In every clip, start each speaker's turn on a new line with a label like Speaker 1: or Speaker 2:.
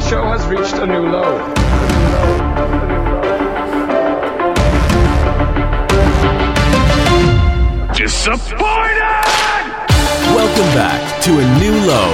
Speaker 1: show has reached a new low.
Speaker 2: Disappointed!
Speaker 3: Welcome back to a new low.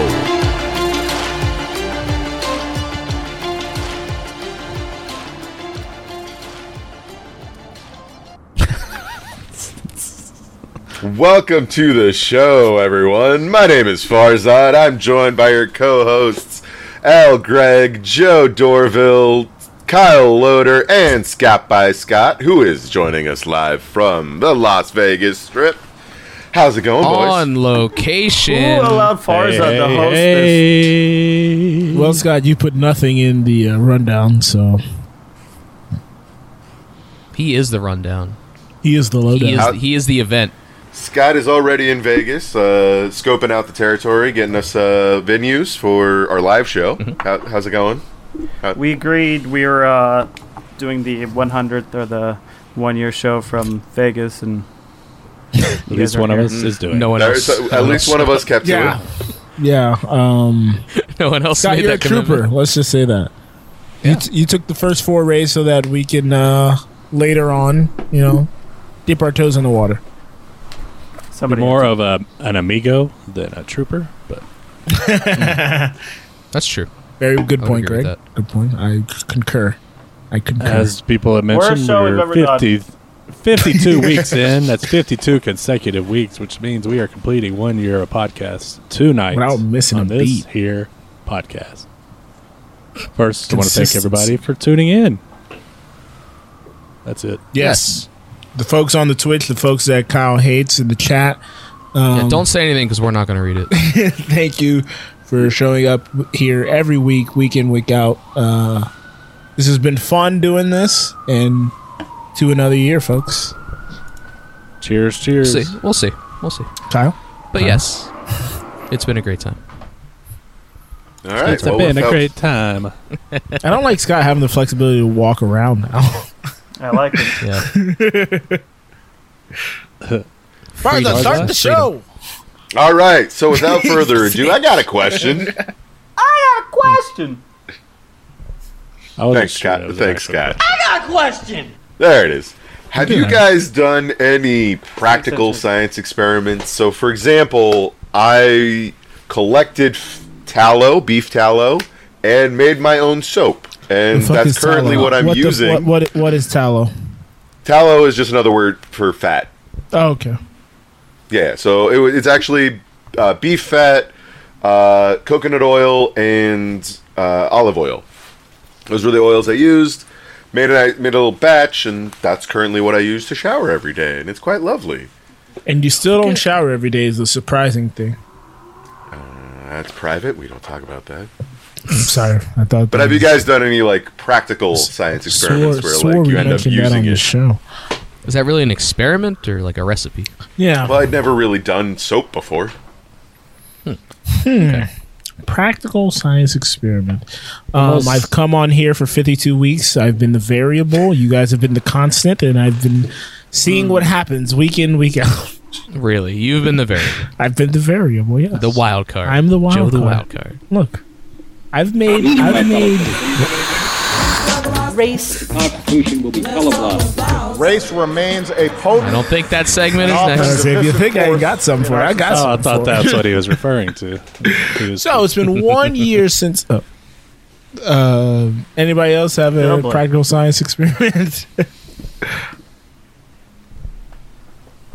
Speaker 4: Welcome to the show, everyone. My name is Farzad. I'm joined by your co-hosts Al Gregg, Joe Dorville, Kyle Loader, and Scott by Scott, who is joining us live from the Las Vegas Strip. How's it going, Oh, boys?
Speaker 5: on location.
Speaker 6: Who allowed Farzad to host this?
Speaker 7: Well, Scott, you put nothing in the uh, rundown, so
Speaker 5: He is the rundown.
Speaker 7: he is the lowdown.
Speaker 5: He is,
Speaker 4: How-
Speaker 5: he is the event.
Speaker 4: Scott is already in Vegas, uh, scoping out the territory, getting us uh, venues for our live show.
Speaker 5: Mm-hmm.
Speaker 4: How, how's it going?
Speaker 6: We agreed we were uh, doing the 100th or the one year show from Vegas, and
Speaker 8: At least one of us is doing.
Speaker 5: No one
Speaker 4: There's,
Speaker 5: else.
Speaker 4: uh, at least one of us kept
Speaker 7: Yeah.
Speaker 4: to it.
Speaker 7: yeah, um,
Speaker 5: no one else
Speaker 7: Scott,
Speaker 5: made
Speaker 7: you're a
Speaker 5: that commitment.
Speaker 7: trooper. Let's just say that. You, t- you took the first foray so that we can uh, later on, you know, dip our toes in the water.
Speaker 8: You're
Speaker 6: Mm-hmm. somebody
Speaker 8: more of a, an amigo than a trooper, but
Speaker 5: That's true.
Speaker 7: Very good
Speaker 5: I would
Speaker 7: point,
Speaker 5: agree
Speaker 7: Greg.
Speaker 5: with
Speaker 7: Good point. I c- concur. I concur.
Speaker 8: as people have
Speaker 6: Worst
Speaker 8: mentioned,
Speaker 6: show we've
Speaker 8: we're
Speaker 6: ever done.
Speaker 8: 50, 52 weeks in. That's 52 consecutive weeks, which means we are completing one year of podcast two nights
Speaker 7: Without missing
Speaker 8: on
Speaker 7: a
Speaker 8: this
Speaker 7: beat.
Speaker 8: here podcast. First, I want to thank
Speaker 7: Consistency.
Speaker 8: everybody for tuning in. That's it.
Speaker 7: yes. The folks on the Twitch, the folks that Kyle hates in the chat, Um,
Speaker 5: yeah, don't say anything because we're not going to read it.
Speaker 7: thank you for showing up here every week, week in, week out. Uh, this has been fun doing this, and to another year, folks.
Speaker 8: Cheers,
Speaker 5: We'll
Speaker 8: cheers.
Speaker 5: see. We'll see. We'll see.
Speaker 7: Kyle,
Speaker 5: But yes, it's been a great time.
Speaker 4: All right.
Speaker 8: It's
Speaker 4: well,
Speaker 8: been a
Speaker 4: without-
Speaker 8: great time.
Speaker 7: I don't like Scott having the flexibility to walk around now.
Speaker 6: I like it.
Speaker 5: Yeah.
Speaker 8: Freedom. start the
Speaker 5: show.
Speaker 4: All right. So without further ado, I got a question.
Speaker 6: I got a question.
Speaker 8: I wasn't
Speaker 4: Thanks,
Speaker 8: sure that
Speaker 4: Scott.
Speaker 8: was
Speaker 4: Thanks,
Speaker 8: actually-
Speaker 4: Scott.
Speaker 6: I got a question.
Speaker 4: There it is. Have you
Speaker 7: Yeah.
Speaker 4: guys done any practical science experiments? So, for example, I collected f- tallow, beef tallow, and made my own soap. And
Speaker 7: The fuck
Speaker 4: that's
Speaker 7: is
Speaker 4: currently
Speaker 7: tallow?
Speaker 4: what I'm
Speaker 7: the f-
Speaker 4: using.
Speaker 7: what, what- what is tallow?
Speaker 4: Tallow is just another word for fat.
Speaker 7: Oh, okay.
Speaker 4: Yeah, so it, wa- it's actually uh, beef fat, uh, coconut oil, and uh, olive oil. Those were the oils I used. Made a, made a little batch, and that's currently what I use to shower every day, and it's quite lovely.
Speaker 7: And you still don't shower every day is the surprising thing.
Speaker 4: That's private. We don't talk about that.
Speaker 7: I'm sorry. I thought.
Speaker 4: But have you guys done any like practical science experiments where like you end up using
Speaker 7: the
Speaker 4: it?
Speaker 7: show.
Speaker 5: Is that really an experiment or like a recipe?
Speaker 7: Yeah,
Speaker 4: well, I'd never really done soap before.
Speaker 7: practical science experiment. Um, I've come on here for 52 weeks. I've been the variable. You guys have been the constant, and I've been seeing what happens week in, week out.
Speaker 5: Really? You've been the very
Speaker 7: I've been the variable. Yeah,
Speaker 5: the wild card.
Speaker 7: I'm the wild
Speaker 5: Joe the
Speaker 7: card.
Speaker 5: wild card.
Speaker 7: Look, I've made. I've made.
Speaker 9: race
Speaker 10: Race remains a
Speaker 5: I
Speaker 10: potent
Speaker 5: don't think that segment is
Speaker 7: Uh,
Speaker 5: next.
Speaker 7: Xavier, think I ain't got something for it. I got
Speaker 8: Oh, I
Speaker 7: something.
Speaker 8: thought
Speaker 7: for it.
Speaker 8: that's what he was referring to. He was-
Speaker 7: So it's been one year since. Oh. Uh, anybody else have a
Speaker 6: Gambling.
Speaker 7: practical science experiment?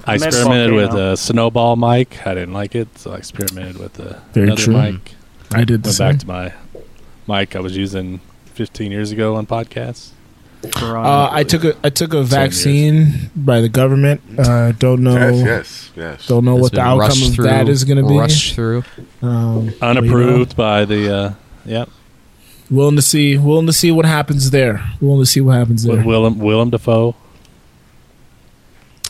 Speaker 8: I
Speaker 6: Med
Speaker 8: experimented with
Speaker 6: volcano.
Speaker 8: a snowball mic. I didn't like it, so I experimented with a,
Speaker 7: Very
Speaker 8: another
Speaker 7: true.
Speaker 8: mic.
Speaker 7: I did the
Speaker 8: Went
Speaker 7: same.
Speaker 8: back to my mic I was using 15 years ago on podcasts.
Speaker 7: Uh, I took a I took a
Speaker 8: Seven years.
Speaker 7: vaccine by the government. Uh, don't know.
Speaker 4: Yes, yes, yes.
Speaker 7: Don't know
Speaker 5: It's
Speaker 7: what the
Speaker 5: been
Speaker 7: outcome
Speaker 5: rushed
Speaker 7: of
Speaker 5: through,
Speaker 7: that is going to be.
Speaker 5: Rushed through.
Speaker 7: Um,
Speaker 8: Unapproved by the. Uh, yeah,
Speaker 7: willing to see. Willing to see what happens there. Willing to see what happens there.
Speaker 8: with Willem Willem Dafoe.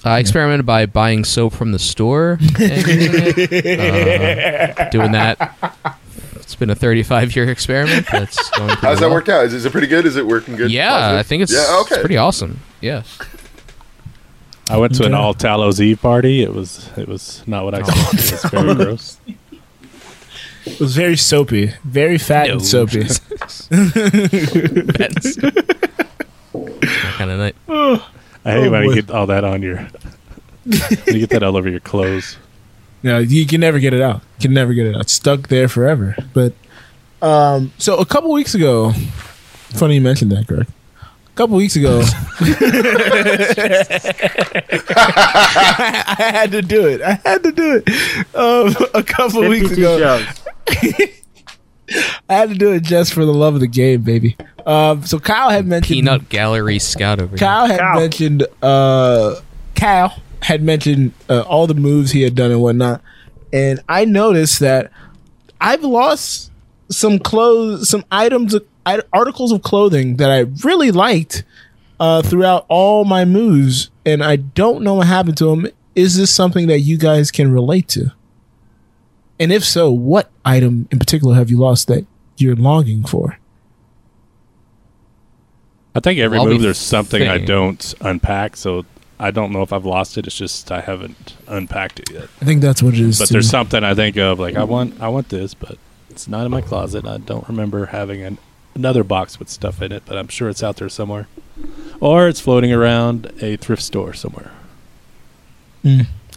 Speaker 5: Uh, I experimented by buying soap from the store and using it. Uh, doing that. It's been a 35 year experiment. That's going pretty
Speaker 4: How's that
Speaker 5: well.
Speaker 4: worked out? Is, is it pretty good? Is it working good?
Speaker 5: Yeah,
Speaker 4: Positive?
Speaker 5: I think it's,
Speaker 4: yeah. Okay.
Speaker 5: it's pretty awesome. Yeah.
Speaker 8: I went to an
Speaker 7: Okay. Oh.
Speaker 8: all Tallows Eve party. It was it was not what I expected. It's very gross.
Speaker 7: It was very soapy, very fat and soapy.
Speaker 5: Bets. kind of night.
Speaker 8: I hate
Speaker 7: Oh,
Speaker 8: when you
Speaker 7: boy.
Speaker 8: get all that on your. when you get that all over your clothes.
Speaker 7: No, you can never get it out. You can never get it out. It's stuck there forever. But um, so a couple weeks ago, funny you mentioned that, Greg. A couple weeks ago, I had to do it. I had to do it. Um, a couple weeks
Speaker 6: 52
Speaker 7: ago,
Speaker 6: shows.
Speaker 7: I had to do it just for the love of the game, baby. Um, so Kyle had mentioned
Speaker 5: Peanut gallery scout over here.
Speaker 7: Kyle had
Speaker 6: Kyle.
Speaker 7: mentioned uh Kyle had mentioned uh, all the moves he had done and whatnot, and I noticed that I've lost some clothes, some items, of- i- articles of clothing that I really liked uh, throughout all my moves, and I don't know what happened to them. Is this something that you guys can relate to? And if so, what item in particular have you lost that you're longing for?
Speaker 8: I think every
Speaker 5: I'll be
Speaker 8: move there's something I
Speaker 5: fair.
Speaker 8: don't unpack, so I don't know if I've lost it. It's just I haven't unpacked it yet.
Speaker 7: I think that's what it is.
Speaker 8: But
Speaker 7: too.
Speaker 8: there's something I think of like I want I want this, but it's not in my closet. I don't remember having an, another box with stuff in it, but I'm sure it's out there somewhere. Or it's floating around a thrift store somewhere.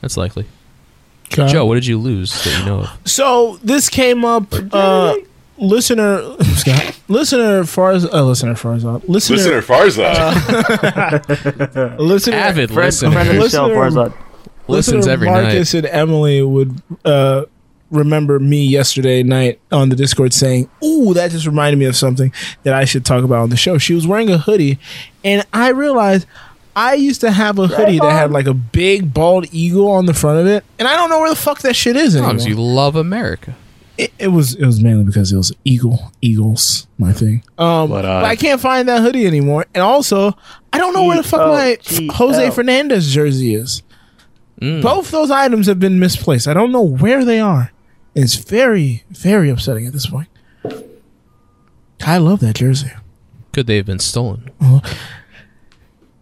Speaker 5: That's likely.
Speaker 7: Kyle?
Speaker 5: Joe, what did you lose that you know of?
Speaker 7: So this came up, uh, listener, Scott, listener Farz, uh, listener Farzad, listener,
Speaker 4: Listener
Speaker 7: listener,
Speaker 4: Farza.
Speaker 7: listener,
Speaker 5: Avid
Speaker 6: Friend,
Speaker 5: listener.
Speaker 6: friend of the show,
Speaker 7: Listener-
Speaker 6: Farzad.
Speaker 5: Listens every
Speaker 7: Marcus
Speaker 5: night.
Speaker 7: and Emily would uh, remember me yesterday night on the Discord saying, "Ooh, that just reminded me of something that I should talk about on the show." She was wearing a hoodie, and I realized. I used to have a hoodie that had like a big bald eagle on the front of it, and I don't know where the fuck that shit
Speaker 5: As
Speaker 7: is anymore.
Speaker 5: long as you love America.
Speaker 7: it, it was it was mainly because it was eagle eagles my thing um
Speaker 8: But,
Speaker 7: but,
Speaker 8: uh,
Speaker 7: i can't find that hoodie anymore and also i don't know where the fuck my F-
Speaker 6: E-O-G-L.
Speaker 7: jose fernandez jersey is
Speaker 8: Mm.
Speaker 7: both those items have been misplaced i don't know where they are and it's very very upsetting at this point i love that jersey
Speaker 5: Could they have been stolen?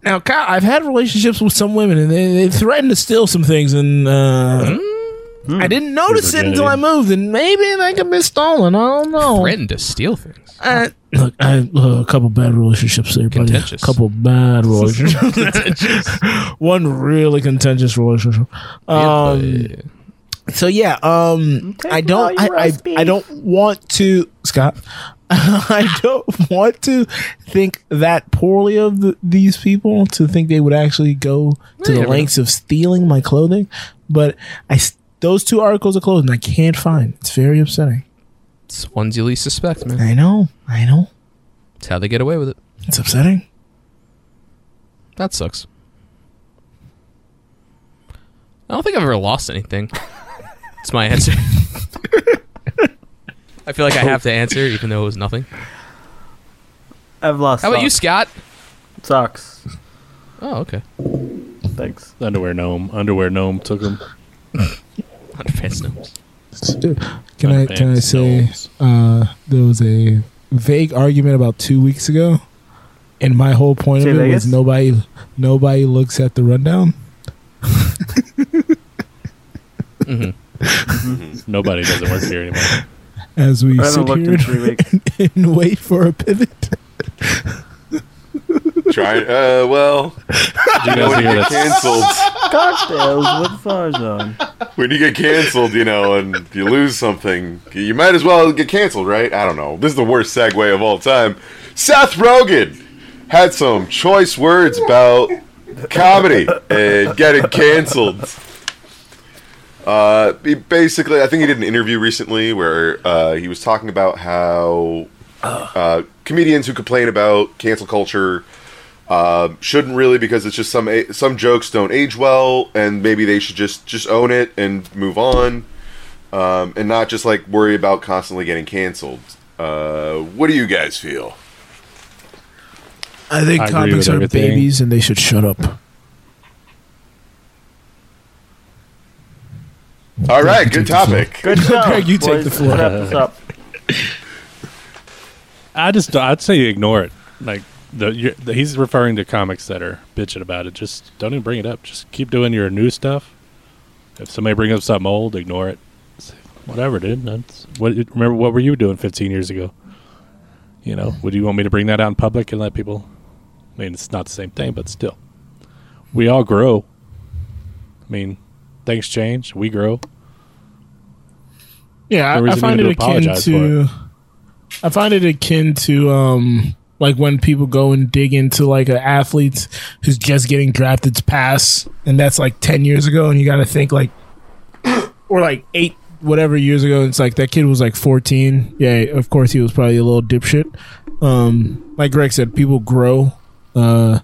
Speaker 7: now Kyle, i've had relationships with some women and they, they threatened to steal some things and uh
Speaker 8: Mm.
Speaker 7: I didn't notice it until I moved, and maybe they could be stolen. I don't
Speaker 6: Oh.
Speaker 7: know.
Speaker 5: Threatened to steal things.
Speaker 7: I, look, I uh, a couple bad relationships there, buddy. A
Speaker 5: Contentious.
Speaker 7: couple bad relationships. One really contentious relationship. Um,
Speaker 5: Yeah,
Speaker 7: so yeah, um, I don't, I, I, I don't want to, Scott. I don't want to think that poorly of the, these people to think they would actually go to
Speaker 5: you
Speaker 7: the
Speaker 5: never
Speaker 7: lengths of stealing my clothing, but I s- those two articles of clothing I can't find. It's very upsetting.
Speaker 5: it's ones you least suspect, man.
Speaker 7: I know, I know,
Speaker 5: It's how they get away with it.
Speaker 7: it's upsetting.
Speaker 5: That sucks. I don't think I've ever lost anything. It's my answer. I feel like I have to answer, even though it was nothing.
Speaker 6: I've lost.
Speaker 5: How about you,
Speaker 6: socks.
Speaker 5: Scott?
Speaker 6: Socks.
Speaker 5: Oh, okay.
Speaker 6: Thanks.
Speaker 8: Underwear gnome. Underwear gnome took them.
Speaker 5: Underpants gnomes.
Speaker 7: Can I can I say uh, there was a vague argument about two weeks ago, and my whole point
Speaker 6: Say
Speaker 7: of it
Speaker 6: Vegas?
Speaker 7: was nobody nobody looks at the rundown.
Speaker 5: hmm
Speaker 8: Nobody doesn't work here anymore.
Speaker 7: As we
Speaker 6: I
Speaker 7: sit
Speaker 6: haven't looked in
Speaker 7: here
Speaker 6: three weeks.
Speaker 7: and, and wait for a pivot,
Speaker 4: Trying. Uh, well,
Speaker 8: Did you
Speaker 4: you know,
Speaker 8: guys
Speaker 4: when you
Speaker 8: hear
Speaker 4: get
Speaker 8: that?
Speaker 4: canceled,
Speaker 6: Cocktails with Farzad.
Speaker 4: when you get canceled, you know, and you lose something, you might as well get canceled, right? I don't know. This is the worst segue of all time. Seth Rogen had some choice words about comedy and getting canceled. Uh, he basically, I think he did an interview recently where uh, he was talking about how uh, comedians who complain about cancel culture uh, shouldn't really because it's just some some jokes don't age well, and maybe they should just just own it and move on, um, and not just like worry about constantly getting canceled. Uh, what do you guys feel?
Speaker 7: I think
Speaker 8: I agree
Speaker 7: comics
Speaker 8: with
Speaker 7: are
Speaker 8: everything.
Speaker 7: babies and they should shut up.
Speaker 4: All right, good topic.
Speaker 6: Good show.
Speaker 7: Greg, you take
Speaker 6: boys.
Speaker 7: the floor.
Speaker 6: Wrap this up.
Speaker 8: I just I'd say ignore it. Like the, you're, the he's referring to comics that are bitching about it. Just don't even bring it up. Just keep doing your new stuff. If somebody brings up something old, ignore it. whatever, dude. That's what. Remember what were you doing 15 years ago? You know, would you want me to bring that out in public and let people? I mean, it's not the same thing, but still, we all grow. I mean, things change. We grow.
Speaker 7: Yeah,
Speaker 8: There
Speaker 7: I, I
Speaker 8: is a
Speaker 7: find
Speaker 8: need
Speaker 7: it
Speaker 8: to
Speaker 7: akin
Speaker 8: apologize
Speaker 7: to. I find it akin to um like when people go and dig into like an athlete who's just getting drafted's past, and that's like ten years ago, and you got to think like, or like eight whatever years ago. And it's like that kid was like fourteen. Yeah, of course he was probably a little dipshit. Um, like Greg said, people grow. Uh,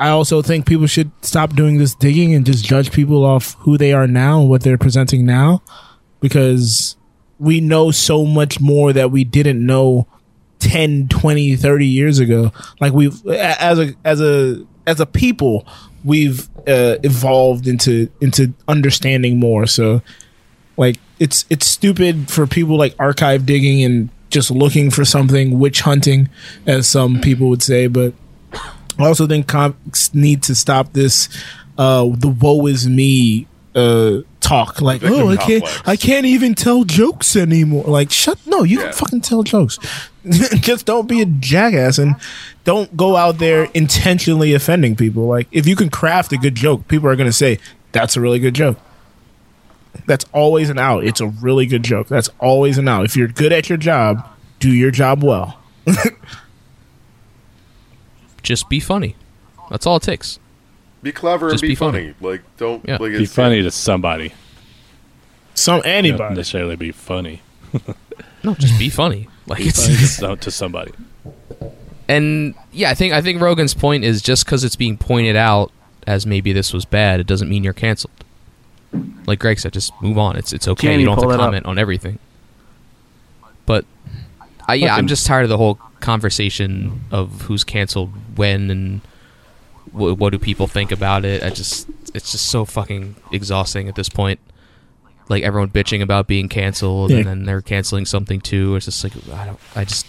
Speaker 7: I also think people should stop doing this digging and just judge people off who they are now and what they're presenting now because we know so much more that we didn't know 10 20 30 years ago like we've a- as a as a as a people we've uh, evolved into into understanding more so like it's it's stupid for people like archive digging and just looking for something witch hunting as some people would say but i also think comics need to stop this uh the woe is me uh talk like
Speaker 4: Victim
Speaker 7: oh i can't
Speaker 4: complex.
Speaker 7: i can't even tell jokes anymore like shut no you
Speaker 4: Yeah.
Speaker 7: can fucking tell jokes just don't be a jackass and don't go out there intentionally offending people like if you can craft a good joke people are going to say that's a really good joke that's always an out. It's a really good joke. That's always an out. If you're good at your job, do your job well.
Speaker 5: Just be funny. That's all it takes.
Speaker 4: Be clever
Speaker 5: Just
Speaker 4: and be,
Speaker 5: be funny.
Speaker 4: funny. Like don't
Speaker 5: Yeah.
Speaker 4: like
Speaker 8: Be funny to somebody.
Speaker 7: Some
Speaker 8: Not
Speaker 7: anybody.
Speaker 8: necessarily be funny.
Speaker 5: No, just be funny. Like
Speaker 8: Be
Speaker 5: it's
Speaker 8: funny to some- to somebody.
Speaker 5: and yeah, I think I think Rogan's point is just because it's being pointed out as maybe this was bad, it doesn't mean you're canceled. Like Greg said, just move on. It's it's okay.
Speaker 6: Danny,
Speaker 5: you don't have
Speaker 6: pull
Speaker 5: to
Speaker 6: it up.
Speaker 5: comment on everything. But I, yeah, I'm
Speaker 8: Fucking-
Speaker 5: just tired of the whole conversation of who's canceled when and wh- what do people think about it. I just it's just so fucking exhausting at this point. Like everyone bitching about being canceled,
Speaker 7: Yeah.
Speaker 5: and then they're canceling something too. It's just like I don't, I just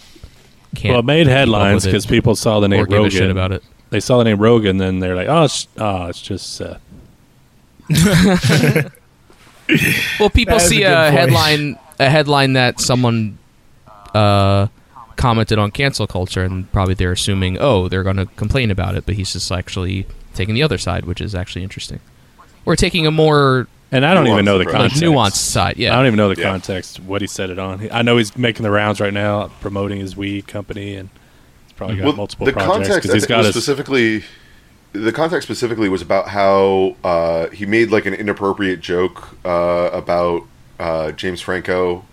Speaker 5: can't.
Speaker 8: Well, it made
Speaker 5: keep up with
Speaker 8: headlines
Speaker 5: it
Speaker 8: because people saw the name
Speaker 5: or give
Speaker 8: Rogan.
Speaker 5: a shit about it.
Speaker 8: They saw the name Rogan, then they're like, "Oh, it's, oh, it's just Seth."
Speaker 5: Well, people
Speaker 7: That is
Speaker 5: see
Speaker 7: a good
Speaker 5: a,
Speaker 7: point.
Speaker 5: headline, a headline that someone uh, commented on cancel culture, and probably they're assuming, oh, they're going to complain about it, but he's just actually taking the other side, which is actually interesting. We're taking a more
Speaker 8: And I don't even
Speaker 4: Nuanced
Speaker 8: know the
Speaker 4: approach.
Speaker 5: like,
Speaker 8: context.
Speaker 5: nuanced side. Yeah,
Speaker 8: I don't even know the
Speaker 4: Yeah.
Speaker 8: context what he said it on. He- I know he's making the rounds right now, promoting his weed company, and he's probably got
Speaker 4: well,
Speaker 8: multiple
Speaker 4: the
Speaker 8: projects
Speaker 4: context
Speaker 8: because
Speaker 4: I
Speaker 8: he's
Speaker 4: think,
Speaker 8: got
Speaker 4: was
Speaker 8: his.
Speaker 4: specifically the context specifically was about how uh, he made like an inappropriate joke uh, about uh, James Franco,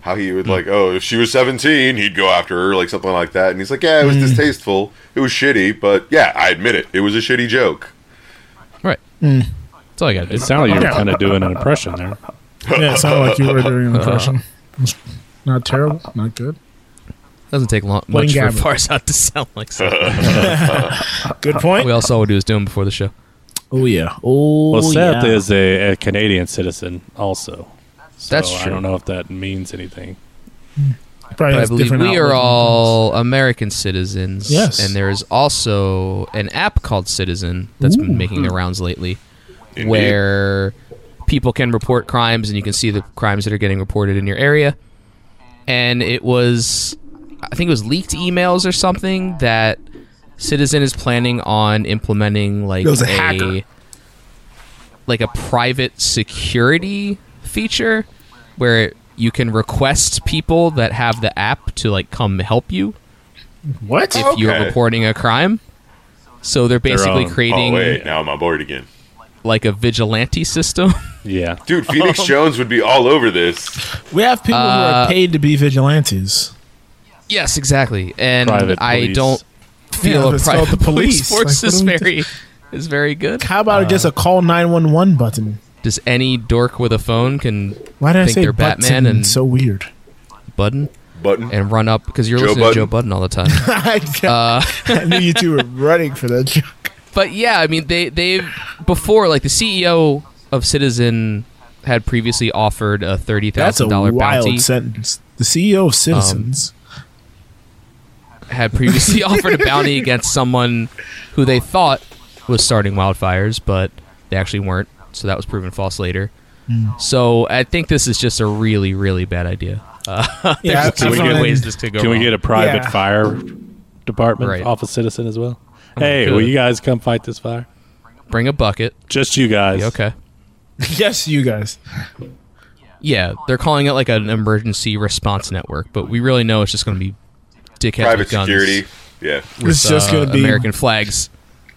Speaker 4: how he
Speaker 8: Hmm.
Speaker 4: would like, oh, if she was seventeen, he'd go after her, like something like that. And he's like, yeah, it was
Speaker 8: Hmm.
Speaker 4: distasteful, it was shitty, but yeah, I admit it, it was a shitty joke.
Speaker 5: right.
Speaker 7: Hmm.
Speaker 5: That's all I got.
Speaker 8: It sounded like you were kind of doing an impression there.
Speaker 7: Yeah, it sounded like you were doing
Speaker 5: Uh,
Speaker 7: an impression. Not terrible. Not good.
Speaker 5: Doesn't take long,
Speaker 7: Blaine
Speaker 5: much for
Speaker 7: Gabbert.
Speaker 5: Farzad to sound like. Something.
Speaker 7: Good point.
Speaker 5: we all saw what he was doing before the show.
Speaker 7: Oh yeah. Oh
Speaker 8: Well, Seth
Speaker 6: yeah.
Speaker 8: is a, a Canadian citizen, also. So
Speaker 5: That's
Speaker 8: I
Speaker 5: true.
Speaker 8: don't know if that means anything.
Speaker 7: Probably
Speaker 5: I
Speaker 7: has
Speaker 5: believe
Speaker 7: different
Speaker 5: we are
Speaker 7: outlook on
Speaker 5: all American citizens.
Speaker 7: Yes.
Speaker 5: And there is also an app called Citizen that's been making the rounds lately where people can report crimes and you can see the crimes that are getting reported in your area. And it was, I think it was leaked emails or something that Citizen is planning on implementing like
Speaker 7: It was a hacker.
Speaker 5: like a private security feature where you can request people that have the app to like come help you
Speaker 7: things. What?
Speaker 5: if you're
Speaker 4: Okay.
Speaker 5: reporting a crime. So they're basically
Speaker 8: own. Oh,
Speaker 4: Oh
Speaker 5: creating
Speaker 4: wait, now I'm on board again.
Speaker 5: like a vigilante system.
Speaker 8: Yeah.
Speaker 4: Dude, Phoenix
Speaker 8: Oh.
Speaker 4: Jones would be all over this.
Speaker 7: We have people who are
Speaker 5: Uh,
Speaker 7: paid to be vigilantes.
Speaker 5: yes, exactly. And
Speaker 8: Private
Speaker 5: I
Speaker 8: police.
Speaker 5: don't
Speaker 7: Yeah,
Speaker 5: feel
Speaker 7: but
Speaker 5: a
Speaker 7: it's called
Speaker 5: private
Speaker 7: the
Speaker 5: police
Speaker 7: police.
Speaker 5: force
Speaker 7: Like, what
Speaker 5: is
Speaker 7: do we do?
Speaker 5: very Uh, is very good.
Speaker 7: How about just a call nine one one button?
Speaker 5: Just any dork with a phone can
Speaker 7: Why did I
Speaker 5: think
Speaker 7: say
Speaker 5: they're
Speaker 7: button?
Speaker 5: Batman and-
Speaker 7: so weird?
Speaker 5: button
Speaker 4: Button.
Speaker 5: and run up because you're
Speaker 4: Joe
Speaker 5: listening
Speaker 4: Budden.
Speaker 5: to Joe Budden all the time.
Speaker 7: I,
Speaker 5: Uh,
Speaker 7: I knew you two were running for that joke.
Speaker 5: but yeah, I mean they they've before like the CEO of Citizen had previously offered a thirty
Speaker 7: That's a
Speaker 5: thousand dollar
Speaker 7: wild
Speaker 5: bounty. Um,
Speaker 7: sentence. The CEO of Citizens.
Speaker 5: Had previously offered a bounty against someone who they thought was starting wildfires, but they actually weren't. So that was proven false later.
Speaker 7: Hmm.
Speaker 5: So I think this is just a really, really bad idea. Uh,
Speaker 7: Yeah,
Speaker 5: there's too
Speaker 8: can we
Speaker 5: many
Speaker 8: get-
Speaker 5: ways this could go
Speaker 8: Can we
Speaker 5: wrong.
Speaker 8: get a private
Speaker 7: Yeah.
Speaker 8: fire department
Speaker 5: Right. Oh
Speaker 8: off a citizen as well? Hey,
Speaker 5: good.
Speaker 8: will you guys come fight this fire?
Speaker 5: Bring a bucket.
Speaker 8: Just you guys.
Speaker 5: Yeah, okay.
Speaker 7: yes, you guys.
Speaker 5: Yeah, they're calling it like an emergency response network, but we really know it's just going to be dickheads
Speaker 4: Private
Speaker 5: with guns.
Speaker 4: security. Yeah.
Speaker 5: with,
Speaker 7: It's just
Speaker 5: uh,
Speaker 7: gonna be
Speaker 5: American flags.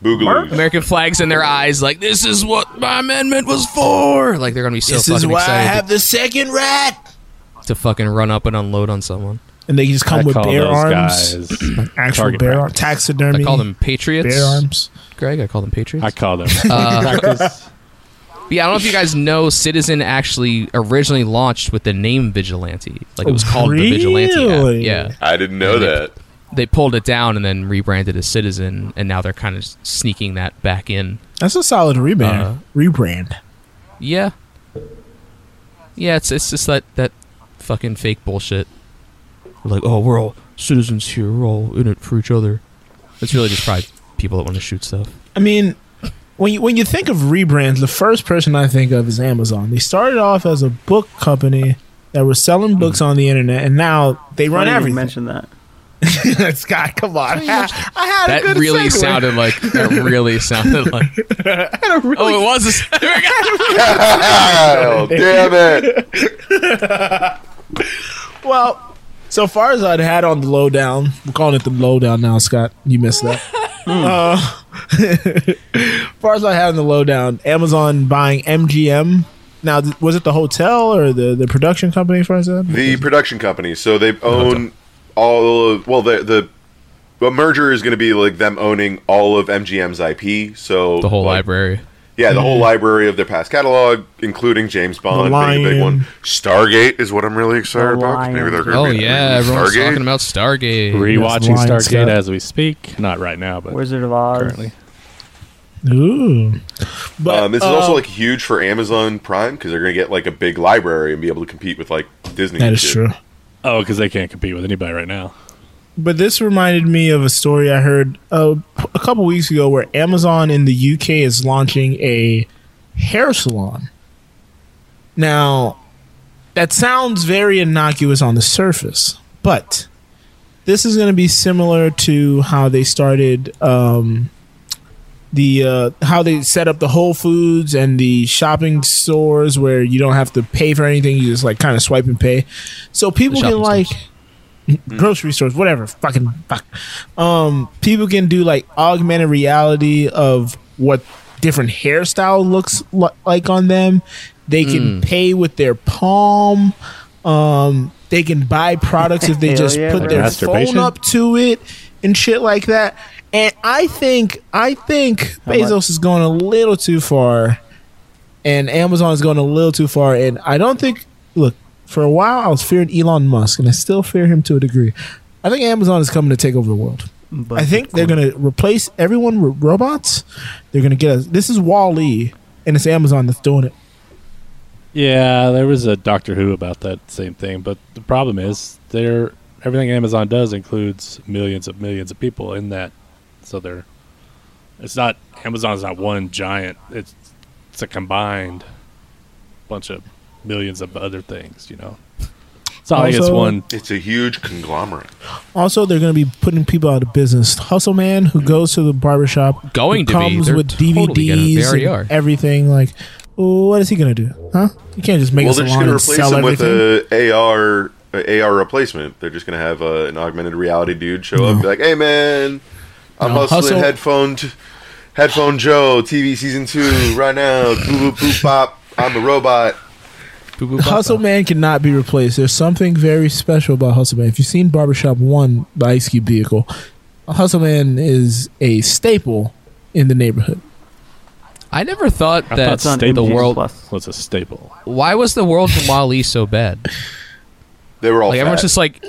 Speaker 4: Boogaloo.
Speaker 5: American flags in their eyes, like this is what my amendment was for. Like they're gonna be so
Speaker 7: This
Speaker 5: fucking
Speaker 7: is why I
Speaker 5: excited
Speaker 7: have the second rat.
Speaker 5: to, to fucking run up and unload on someone.
Speaker 7: And they just
Speaker 8: I
Speaker 7: come with
Speaker 8: call
Speaker 7: bear
Speaker 8: those
Speaker 7: arms,
Speaker 8: guys.
Speaker 7: actual
Speaker 8: target
Speaker 7: bear arms,
Speaker 8: practice.
Speaker 7: taxidermy.
Speaker 5: I call them patriots.
Speaker 7: bear arms.
Speaker 5: Greg, I call them patriots.
Speaker 8: I call them. Practice.
Speaker 5: But yeah, I don't know if you guys know, Citizen actually originally launched with the name Vigilante. Like it was called the Vigilante. App.
Speaker 7: Really?
Speaker 5: Yeah,
Speaker 4: I didn't know that.
Speaker 5: they pulled it down and then rebranded as Citizen, and now they're kind of sneaking that back in.
Speaker 7: That's a solid rebrand.
Speaker 5: Uh,
Speaker 7: rebrand.
Speaker 5: Yeah. Yeah, it's it's just that that fucking fake bullshit. We're like, oh, we're all citizens here. We're all in it for each other. It's really just probably people that want to shoot stuff.
Speaker 7: I mean, when you when you think of rebrands, the first person I think of is Amazon. They started off as a book company that was selling books
Speaker 5: Hmm.
Speaker 7: on the internet, and now they run
Speaker 6: Funny you
Speaker 7: everything.
Speaker 6: mentioned that.
Speaker 7: Scott, come on, I had, I had a
Speaker 5: That
Speaker 7: good
Speaker 5: really
Speaker 7: segue.
Speaker 5: sounded like that really sounded like. Oh, it was. A,
Speaker 8: Uh,
Speaker 4: Kyle, Oh, damn it.
Speaker 7: well. So far as I'd had on the lowdown, we're calling it the lowdown now, Scott. You missed that. Uh, far as I had on the lowdown, Amazon buying MGM. Now, th- was it the hotel or the, the production company? As far as that,
Speaker 4: The production company. So they own all of, well, the, the, the merger is going to be like them owning all of MGM's IP. So
Speaker 5: the whole
Speaker 4: like,
Speaker 5: library.
Speaker 4: Yeah, the whole library of their past catalog, including James Bond, being a big
Speaker 7: Lion.
Speaker 4: one. Stargate is what I'm really excited
Speaker 6: The
Speaker 4: about. 'cause Maybe
Speaker 6: Lion.
Speaker 4: they're gonna
Speaker 5: Oh
Speaker 4: be
Speaker 5: yeah, everyone's
Speaker 4: Stargate.
Speaker 5: talking about Stargate.
Speaker 8: Rewatching
Speaker 7: Lion
Speaker 8: Stargate
Speaker 7: Scott.
Speaker 8: as we speak. Not right now, but
Speaker 6: Wizard of Oz.
Speaker 8: currently.
Speaker 7: ooh, but
Speaker 4: Um, this is
Speaker 7: uh,
Speaker 4: also like huge for Amazon Prime because they're gonna get like a big library and be able to compete with like Disney.
Speaker 7: that
Speaker 4: and
Speaker 7: is
Speaker 4: shit.
Speaker 7: true.
Speaker 8: Oh, because they can't compete with anybody right now.
Speaker 7: But this reminded me of a story I heard uh, p- a couple weeks ago where Amazon in the UK is launching a hair salon. Now, that sounds very innocuous on the surface, but this is going to be similar to how they started um, the uh, how they set up the Whole Foods and the shopping stores where you don't have to pay for anything; you just like kind of swipe and pay. So people can
Speaker 5: shopping
Speaker 7: like Mm-hmm. grocery stores, whatever. Fucking fuck. Um, people can do like augmented reality of what different hairstyle looks li- like on them. They
Speaker 6: Mm.
Speaker 7: can pay with their palm. Um, they can buy products if they
Speaker 6: Hell
Speaker 7: just
Speaker 6: yeah,
Speaker 7: put
Speaker 6: bro.
Speaker 7: their phone
Speaker 8: Masturbation?
Speaker 7: up to it and shit like that. And I think I think
Speaker 6: much?
Speaker 7: Bezos is going a little too far, and Amazon is going a little too far. And I don't think look for a while I was fearing Elon Musk, and I still fear him to a degree. I think Amazon is coming to take over the world.
Speaker 6: But
Speaker 7: I think they're going to replace everyone with robots. They're going to get us. This is Wall-E, and it's Amazon that's doing it.
Speaker 8: Yeah, there was a Doctor Who about that same thing, but the problem is they're everything Amazon does includes millions of millions of people in that. So they're it's not Amazon's not one giant. It's it's a combined bunch of millions of other things, you know. It's not like it's
Speaker 7: Also-
Speaker 8: one
Speaker 4: It's a huge conglomerate.
Speaker 7: Also, they're going to be putting people out of business. Hustle man who goes to the barbershop
Speaker 5: Hmm. Going
Speaker 7: who
Speaker 5: to be.
Speaker 7: comes
Speaker 5: They're
Speaker 7: with
Speaker 5: totally gonna- they
Speaker 7: DVDs
Speaker 5: already
Speaker 7: and
Speaker 5: are.
Speaker 7: everything. Like, what is he going to do? Huh? You can't just make
Speaker 4: Well,
Speaker 7: a
Speaker 4: they're just
Speaker 7: salon
Speaker 4: gonna
Speaker 7: and
Speaker 4: replace
Speaker 7: sell
Speaker 4: them with
Speaker 7: everything.
Speaker 4: a AR a AR replacement. They're just gonna have uh, an augmented reality dude show up, and be like, "Hey man, I'm
Speaker 7: No,
Speaker 4: hustling
Speaker 7: hustle-
Speaker 4: headphone t- headphone Joe TV season two right now. Boo boo boop pop. I'm a robot."
Speaker 5: Boop, boop, bop,
Speaker 7: Hustle
Speaker 5: bop.
Speaker 7: Man cannot be replaced. There's something very special about Hustle Man. If you've seen Barbershop One, the Ice Cube vehicle, Hustle Man is a staple in the neighborhood.
Speaker 5: I never thought
Speaker 8: I
Speaker 5: that
Speaker 8: thought
Speaker 6: on
Speaker 8: State
Speaker 5: the
Speaker 8: MGM
Speaker 5: world.
Speaker 6: Plus.
Speaker 8: was a staple.
Speaker 5: Why was the world from Wally so bad?
Speaker 4: They were all
Speaker 5: Like everyone's
Speaker 4: fat.
Speaker 5: just like,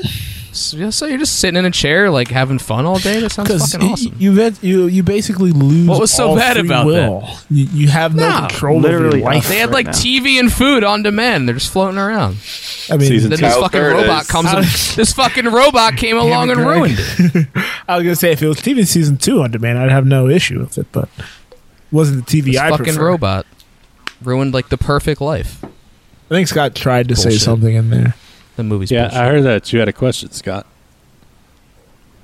Speaker 5: so so you're just sitting in a chair, like having fun all day. That sounds
Speaker 7: Because
Speaker 5: fucking awesome.
Speaker 7: you vet- you you basically lose.
Speaker 5: What was so
Speaker 7: all
Speaker 5: bad
Speaker 7: free
Speaker 5: about
Speaker 7: will. that? You, you have no
Speaker 5: Nah,
Speaker 7: control over
Speaker 6: literally
Speaker 7: your life.
Speaker 5: They had like
Speaker 6: right now.
Speaker 5: TV and food on demand. They're just floating around.
Speaker 7: I mean,
Speaker 8: Season
Speaker 5: Then
Speaker 8: two.
Speaker 5: this
Speaker 4: How
Speaker 5: fucking
Speaker 4: fair it
Speaker 5: robot
Speaker 4: is.
Speaker 5: comes. and- this fucking robot came along and
Speaker 7: Greg.
Speaker 5: ruined it.
Speaker 7: I was gonna say if it was TV season two on demand, I'd have no issue with it, but wasn't the TV
Speaker 5: This
Speaker 7: I
Speaker 5: fucking
Speaker 7: prefer.
Speaker 5: robot ruined like the perfect life.
Speaker 7: I think Scott tried to say
Speaker 5: Bullshit.
Speaker 7: something in there.
Speaker 5: The movie's
Speaker 8: Yeah,
Speaker 5: bullshit.
Speaker 8: I heard that you had a question, Scott.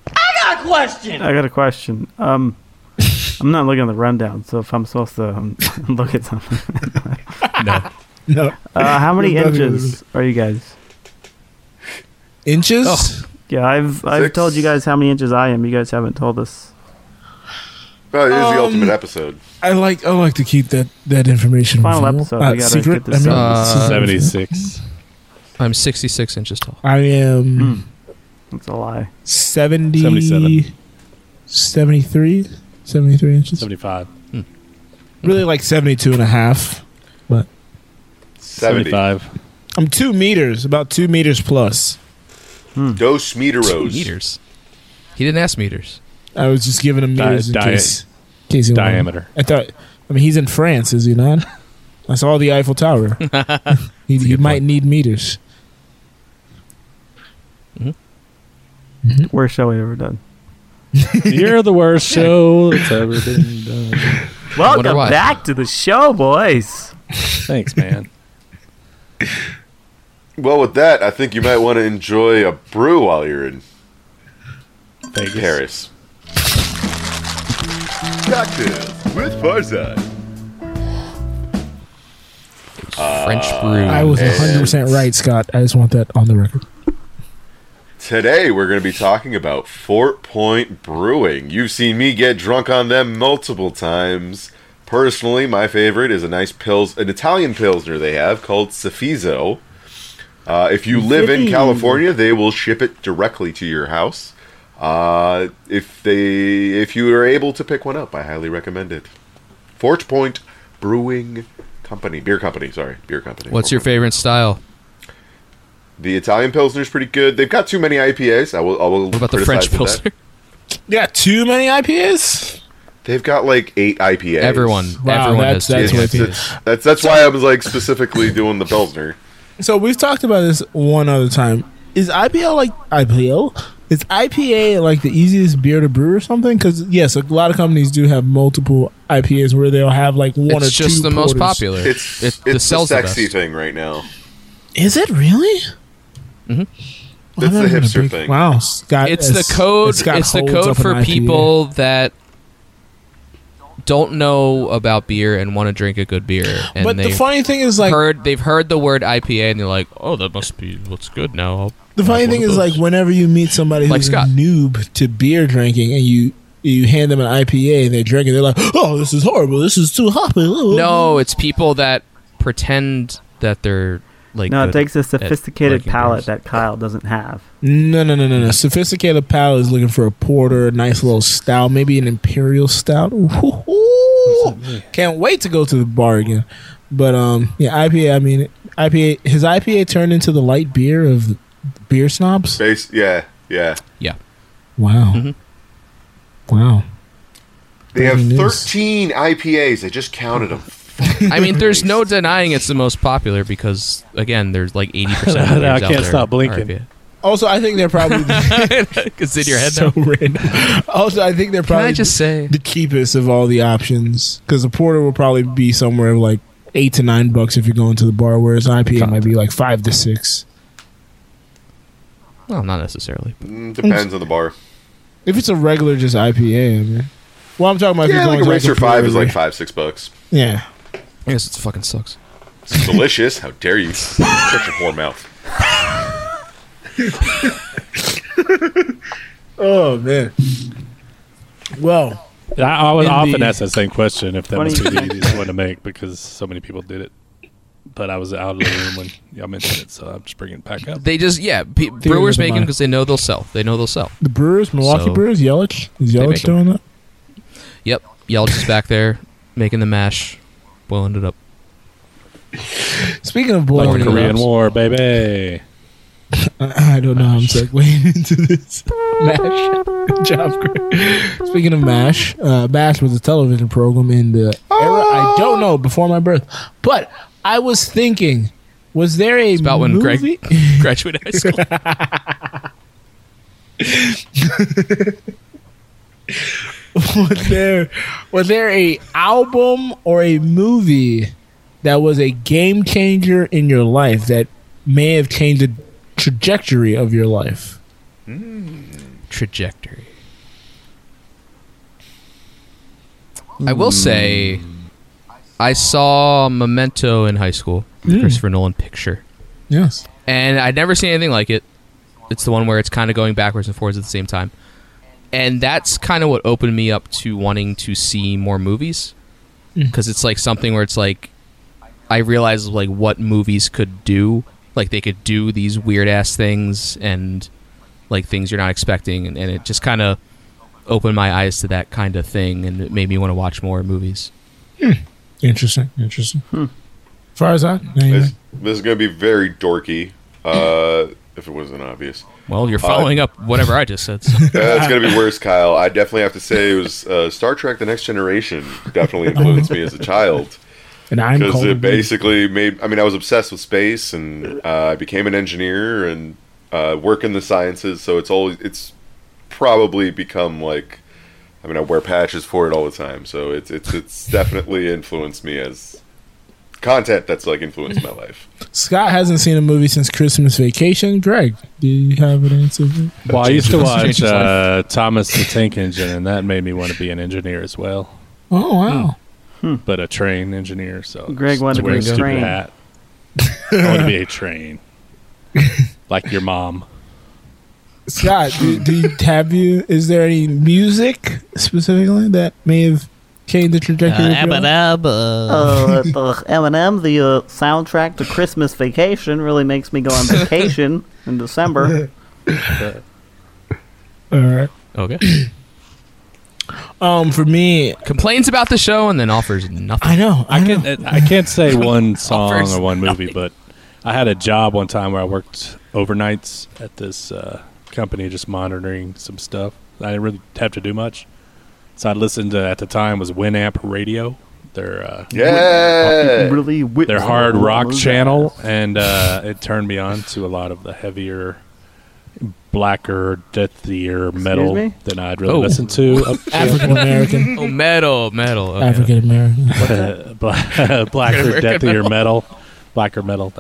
Speaker 6: I got a question. Um, I'm not looking at the rundown, so if I'm supposed to um, look at something,
Speaker 7: No
Speaker 6: uh, how many
Speaker 7: Nothing
Speaker 6: inches are you guys?
Speaker 7: inches.
Speaker 5: Oh.
Speaker 6: Yeah, I've I've
Speaker 4: Six.
Speaker 6: told you guys how many inches I am. You guys haven't told us.
Speaker 4: Well, it is the
Speaker 7: Um,
Speaker 4: ultimate episode.
Speaker 7: I like. I like to keep that that information.
Speaker 6: Final
Speaker 7: available.
Speaker 6: episode, we
Speaker 7: Not
Speaker 6: gotta
Speaker 7: secret.
Speaker 6: get this
Speaker 7: I mean,
Speaker 5: done.
Speaker 7: secret.
Speaker 5: Uh,
Speaker 8: Seventy six.
Speaker 5: I'm 66 inches tall.
Speaker 7: I am
Speaker 5: Hmm.
Speaker 6: That's a lie.
Speaker 7: 70,
Speaker 8: 77.
Speaker 7: 73, 73 inches.
Speaker 8: Seventy five.
Speaker 7: Really like 72 and a half.
Speaker 4: 70.
Speaker 8: Seventy five.
Speaker 7: I'm two meters, about two meters plus.
Speaker 4: Dos
Speaker 5: Two
Speaker 4: meteros.
Speaker 5: meters. He didn't ask meters.
Speaker 7: I was just giving him
Speaker 8: Di-
Speaker 7: meters in
Speaker 8: di-
Speaker 7: case, in case he wanted.
Speaker 8: Diameter.
Speaker 7: I thought, I mean, he's in France, is he not? I saw the Eiffel Tower. he he
Speaker 5: good
Speaker 7: might
Speaker 5: point.
Speaker 7: need meters.
Speaker 6: Worst show we've ever done.
Speaker 8: You're the worst show that's ever been done.
Speaker 5: wonder
Speaker 6: Welcome
Speaker 5: why.
Speaker 6: back to the show, boys.
Speaker 8: Thanks, man.
Speaker 4: Well, with that, I think you might want to enjoy a brew while you're in
Speaker 8: Vegas.
Speaker 4: Paris. Cocktails with Farzad.
Speaker 5: French
Speaker 4: Uh,
Speaker 5: brew.
Speaker 7: I was
Speaker 4: and-
Speaker 7: 100% right, Scott. I just want that on the record.
Speaker 4: Today, we're going to be talking about Fort Point Brewing. You've seen me get drunk on them multiple times. Personally, my favorite is a nice pils, an Italian pilsner they have called Saffizo. Uh, if you live in
Speaker 6: Yippee.
Speaker 4: California, they will ship it directly to your house. Uh, if they, if you are able to pick one up, I highly recommend it. Fort Point Brewing Company, beer company. Sorry, beer company.
Speaker 5: What's
Speaker 4: Fort
Speaker 5: your
Speaker 4: Point.
Speaker 5: favorite style?
Speaker 4: The Italian Pilsner's pretty good. They've got too many IPAs. I will. I will
Speaker 5: What about the
Speaker 4: criticize
Speaker 5: French
Speaker 4: with that.
Speaker 5: pilsner?
Speaker 7: Yeah, too many IPAs?
Speaker 4: They've got like eight IPAs.
Speaker 5: Everyone,
Speaker 7: Wow,
Speaker 5: everyone
Speaker 7: that's-
Speaker 5: has
Speaker 7: that's
Speaker 5: two.
Speaker 7: what-
Speaker 4: It's- it's- that's that's why I was like specifically doing the Pilsner.
Speaker 7: So we've talked about this one other time. Is IPA like IPO? Is IPA like the easiest beer to brew or something? Because yes, a lot of companies do have multiple IPAs where they'll have like one or
Speaker 5: It's
Speaker 7: two.
Speaker 5: just the most
Speaker 7: porters.
Speaker 5: popular.
Speaker 4: It's
Speaker 5: it,
Speaker 4: it's
Speaker 5: the
Speaker 4: the,
Speaker 5: sells the
Speaker 4: sexy
Speaker 5: best.
Speaker 4: thing right now.
Speaker 7: Is it really? Well,
Speaker 4: That's
Speaker 7: I've
Speaker 4: the
Speaker 7: never been a
Speaker 4: hipster
Speaker 7: big-
Speaker 4: thing.
Speaker 7: Wow, Scott.
Speaker 5: Mm-hmm. It's the code.
Speaker 7: Scott
Speaker 5: It's the
Speaker 7: holds
Speaker 5: code
Speaker 7: up an
Speaker 5: for
Speaker 7: IPA.
Speaker 5: people that don't know about beer and want to drink a good beer. And
Speaker 7: But the
Speaker 5: they
Speaker 7: funny thing is, like,
Speaker 5: heard they've heard the word IPA and they're like, oh, that must be what's good now. I'll
Speaker 7: the funny
Speaker 5: have one
Speaker 7: thing
Speaker 5: of
Speaker 7: is, like,
Speaker 5: those."
Speaker 7: whenever you meet somebody
Speaker 5: Like
Speaker 7: who's
Speaker 5: Scott.
Speaker 7: a noob to beer drinking, and you you hand them an IPA and they drink it, they're like, "Oh, this is horrible. This is too hoppy."
Speaker 5: no, it's people that pretend that they're like
Speaker 6: No, it
Speaker 5: good.
Speaker 6: takes a sophisticated
Speaker 5: liking
Speaker 6: palate
Speaker 5: beers.
Speaker 6: that Kyle doesn't have.
Speaker 7: No, no, no, no, no. Sophisticated pal is looking for a porter, a nice little stout, maybe an imperial stout. Ooh, can't wait to go to the bar again. But um, yeah, IPA. I mean, IPA. His IPA turned into the light beer of the beer snobs.
Speaker 4: Base, yeah, yeah.
Speaker 5: yeah.
Speaker 7: Wow,
Speaker 5: Mm-hmm.
Speaker 7: wow.
Speaker 4: They have
Speaker 7: Breaking news.
Speaker 4: thirteen IPAs. I just counted them. Mm,
Speaker 5: I mean, there's no denying it's the most popular because again, there's like 80 percent. of
Speaker 8: I
Speaker 5: the beers out
Speaker 8: can't
Speaker 5: there
Speaker 8: stop
Speaker 5: are
Speaker 8: blinking.
Speaker 5: IPA.
Speaker 7: Also, I think they're probably
Speaker 5: it's in your head.
Speaker 7: so
Speaker 5: now.
Speaker 7: random. Also, I think they're
Speaker 5: Can
Speaker 7: probably
Speaker 5: I just say?
Speaker 7: the cheapest of all the options because the porter will probably be somewhere like eight to nine bucks if you're going to the bar, whereas IPA might be like five to six.
Speaker 5: Well, not necessarily. but
Speaker 4: Mm, Depends on the bar.
Speaker 7: If it's a regular just IPA, I mean. Well, I'm talking about if
Speaker 4: Yeah,
Speaker 7: you're
Speaker 4: like
Speaker 7: going
Speaker 4: a
Speaker 7: to
Speaker 4: Racer Five is like
Speaker 7: brewery.
Speaker 4: five six bucks.
Speaker 7: yeah.
Speaker 5: I guess it fucking sucks.
Speaker 4: It's delicious. How dare you? Shut your poor mouth.
Speaker 7: Oh man. Well,
Speaker 8: I, I was
Speaker 7: In
Speaker 8: often
Speaker 7: the-
Speaker 8: asked that same question if that was
Speaker 6: Funny-
Speaker 8: the easiest one to make because so many people did it. But I was out of the room when y'all mentioned it, so I'm just bringing it back up.
Speaker 5: They just yeah, pe brewers
Speaker 7: of the
Speaker 5: make them
Speaker 7: mind.
Speaker 5: because they know they'll sell. They know they'll sell.
Speaker 7: the Brewers, Milwaukee
Speaker 5: So-
Speaker 7: Brewers, Yelich. Is
Speaker 5: make
Speaker 7: Yelich doing that?
Speaker 5: Yep, Yelich is back there making the mash, boiling it up.
Speaker 7: Speaking of
Speaker 5: Like the
Speaker 7: blowing it
Speaker 8: Korean
Speaker 7: up,
Speaker 8: War, baby.
Speaker 7: I, I don't know. how I'm segueing into this. Mash. Good job, Chris. Speaking of Mash, uh, Mash was a television program in the era I don't know before my birth, but I was thinking, was there a
Speaker 5: About when
Speaker 7: movie?
Speaker 5: Greg graduated high school.
Speaker 7: was there was there a album or a movie that was a game changer in your life that may have changed the trajectory of your life?
Speaker 5: trajectory. I will say, I saw Memento in high school,
Speaker 7: Hmm.
Speaker 5: the Christopher Nolan picture,
Speaker 7: Yes.
Speaker 5: and I'd never seen anything like it. It's the one where it's kind of going backwards and forwards at the same time, and that's kind of what opened me up to wanting to see more movies, because it's like something where it's like, I realized like what movies could do, like they could do these weird ass things and like things you're not expecting and, and it just kind of opened my eyes to that kind of thing and it made me want to watch more movies
Speaker 7: Interesting. Interesting. As far as I, anyway.
Speaker 4: This, this is going to be very dorky, uh, if it wasn't obvious.
Speaker 5: well you're following up whatever i just said so.
Speaker 4: Uh, it's going to be worse, Kyle. I definitely have to say it was uh, Star Trek The Next Generation definitely influenced me as a child.
Speaker 7: and I'm
Speaker 4: because
Speaker 7: cold.
Speaker 4: it basically made i mean i was obsessed with space and uh, i became an engineer and uh, work in the sciences so it's always it's probably become like i mean i wear patches for it all the time so it's it's it's definitely influenced me as content that's like influenced my life
Speaker 7: Scott hasn't seen a movie since Christmas Vacation. Greg, do you have an answer?
Speaker 8: Well, I used to watch
Speaker 5: changes life.
Speaker 8: uh, Thomas the Tank Engine, and that made me want to be an engineer as well,
Speaker 7: Oh wow.
Speaker 8: but a train engineer. So
Speaker 6: Greg
Speaker 8: just
Speaker 6: wanted to be
Speaker 8: wear
Speaker 6: a
Speaker 8: stupid
Speaker 6: train.
Speaker 8: Hat. I want to be a train, like your mom.
Speaker 7: Scott, do, do you have you? Is there any music specifically that may have changed the trajectory? of your life?
Speaker 6: Oh, uh, Eminem, the uh, soundtrack to Christmas Vacation really makes me go on vacation in December.
Speaker 7: All right.
Speaker 5: okay
Speaker 7: Um, for me,
Speaker 5: complains about the show and then offers nothing
Speaker 7: I know. I, can.
Speaker 8: I I can't say one song
Speaker 5: Offers
Speaker 8: or one movie, but I had a job one time where I worked overnights at this uh, company, just monitoring some stuff. I didn't really have to do much, so I listened to at the time was Winamp Radio. Their uh,
Speaker 4: yeah
Speaker 6: Really, whip-
Speaker 8: their hard rock channel, and uh, it turned me on to a lot of the heavier, blacker, deathier metal
Speaker 6: me?
Speaker 8: that I'd really
Speaker 5: Oh.
Speaker 8: listened to. up
Speaker 7: African American.
Speaker 5: oh metal metal okay.
Speaker 7: African American.
Speaker 8: uh, bla- blacker,
Speaker 5: American
Speaker 8: deathier metal, blacker metal.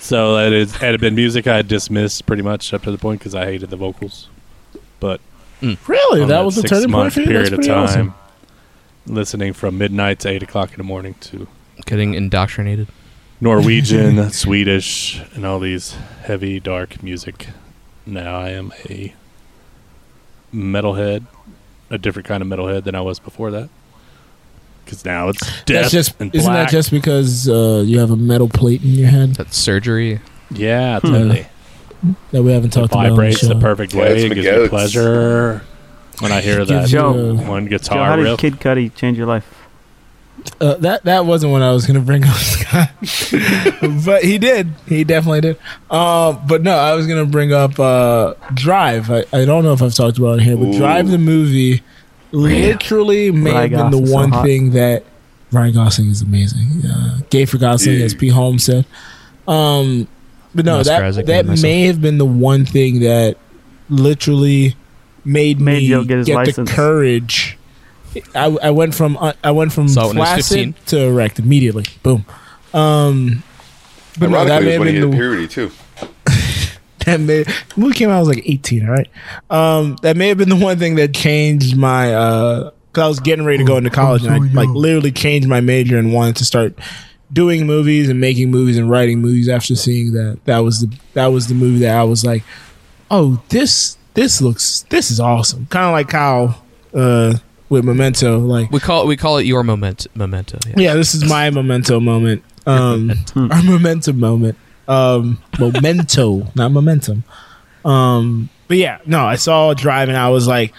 Speaker 8: so that is had it been music, I dismissed pretty much up to the point because I hated the vocals. But
Speaker 7: Really,
Speaker 8: on
Speaker 7: that was the turning point
Speaker 8: six-month
Speaker 7: for you. That's pretty awesome.
Speaker 8: listening from midnight to eight o'clock in the morning to
Speaker 5: getting indoctrinated
Speaker 8: Norwegian, Swedish, and all these heavy, dark music. Now I am a metalhead, a different kind of metalhead than I was before that. Because now it's death
Speaker 7: That's just.
Speaker 8: and
Speaker 7: Isn't that
Speaker 8: black.
Speaker 7: just because uh, you have a metal plate in your head
Speaker 5: that surgery
Speaker 8: yeah,
Speaker 7: Hmm.
Speaker 8: totally.
Speaker 7: that we haven't
Speaker 8: It
Speaker 7: talked about? on the
Speaker 8: vibrates the
Speaker 7: show?
Speaker 8: perfect
Speaker 4: Yeah,
Speaker 8: way.
Speaker 4: it's
Speaker 8: It gives me
Speaker 4: McGoats.
Speaker 8: pleasure when I hear that
Speaker 7: Gives you
Speaker 6: Joe.
Speaker 7: the-
Speaker 8: one
Speaker 6: Joe, how
Speaker 8: guitar
Speaker 6: did
Speaker 8: riff.
Speaker 6: Kid Cudi change your life?
Speaker 7: Uh, that that wasn't what I was gonna bring up, Scott. but he did. He definitely did. Uh, but no, I was gonna bring up uh, Drive. I, I don't know if I've talked about it here, but
Speaker 4: Ooh.
Speaker 7: Drive the movie literally may have been the
Speaker 6: Gosling's so
Speaker 7: one
Speaker 6: hot.
Speaker 7: thing that Ryan Gosling is amazing. Uh, gay for Gosling,
Speaker 4: Yeah.
Speaker 7: as P. Holmes said. Um, but no,
Speaker 5: Oscar
Speaker 7: that
Speaker 5: Isaac
Speaker 7: that
Speaker 5: made myself.
Speaker 7: may have been the one thing that literally made,
Speaker 6: Made
Speaker 7: me
Speaker 6: Joe get his
Speaker 7: the
Speaker 6: license.
Speaker 7: courage. I, I went from uh, I went from
Speaker 5: Saw it when he was 15.
Speaker 7: flaccid to erect immediately. Boom. Um, but no, that
Speaker 4: ironically
Speaker 7: may
Speaker 4: it was
Speaker 7: have
Speaker 4: when he hit
Speaker 7: been the
Speaker 4: puberty too
Speaker 7: that may, the movie came out I was like eighteen. All right, um, that may have been the one thing that changed my because I was getting ready to go into college and I like literally changed my major and wanted to start doing movies and making movies and writing movies after seeing that that was the that was the movie that I was like, oh this this looks this is awesome. Kind of like Kyle uh, with Memento, like.
Speaker 5: we call it we call it your moment memento yeah.
Speaker 7: Yeah, this is my memento moment. Um, our momentum moment. Um, memento, not momentum. Um, but yeah, no, I saw Drive and I was like,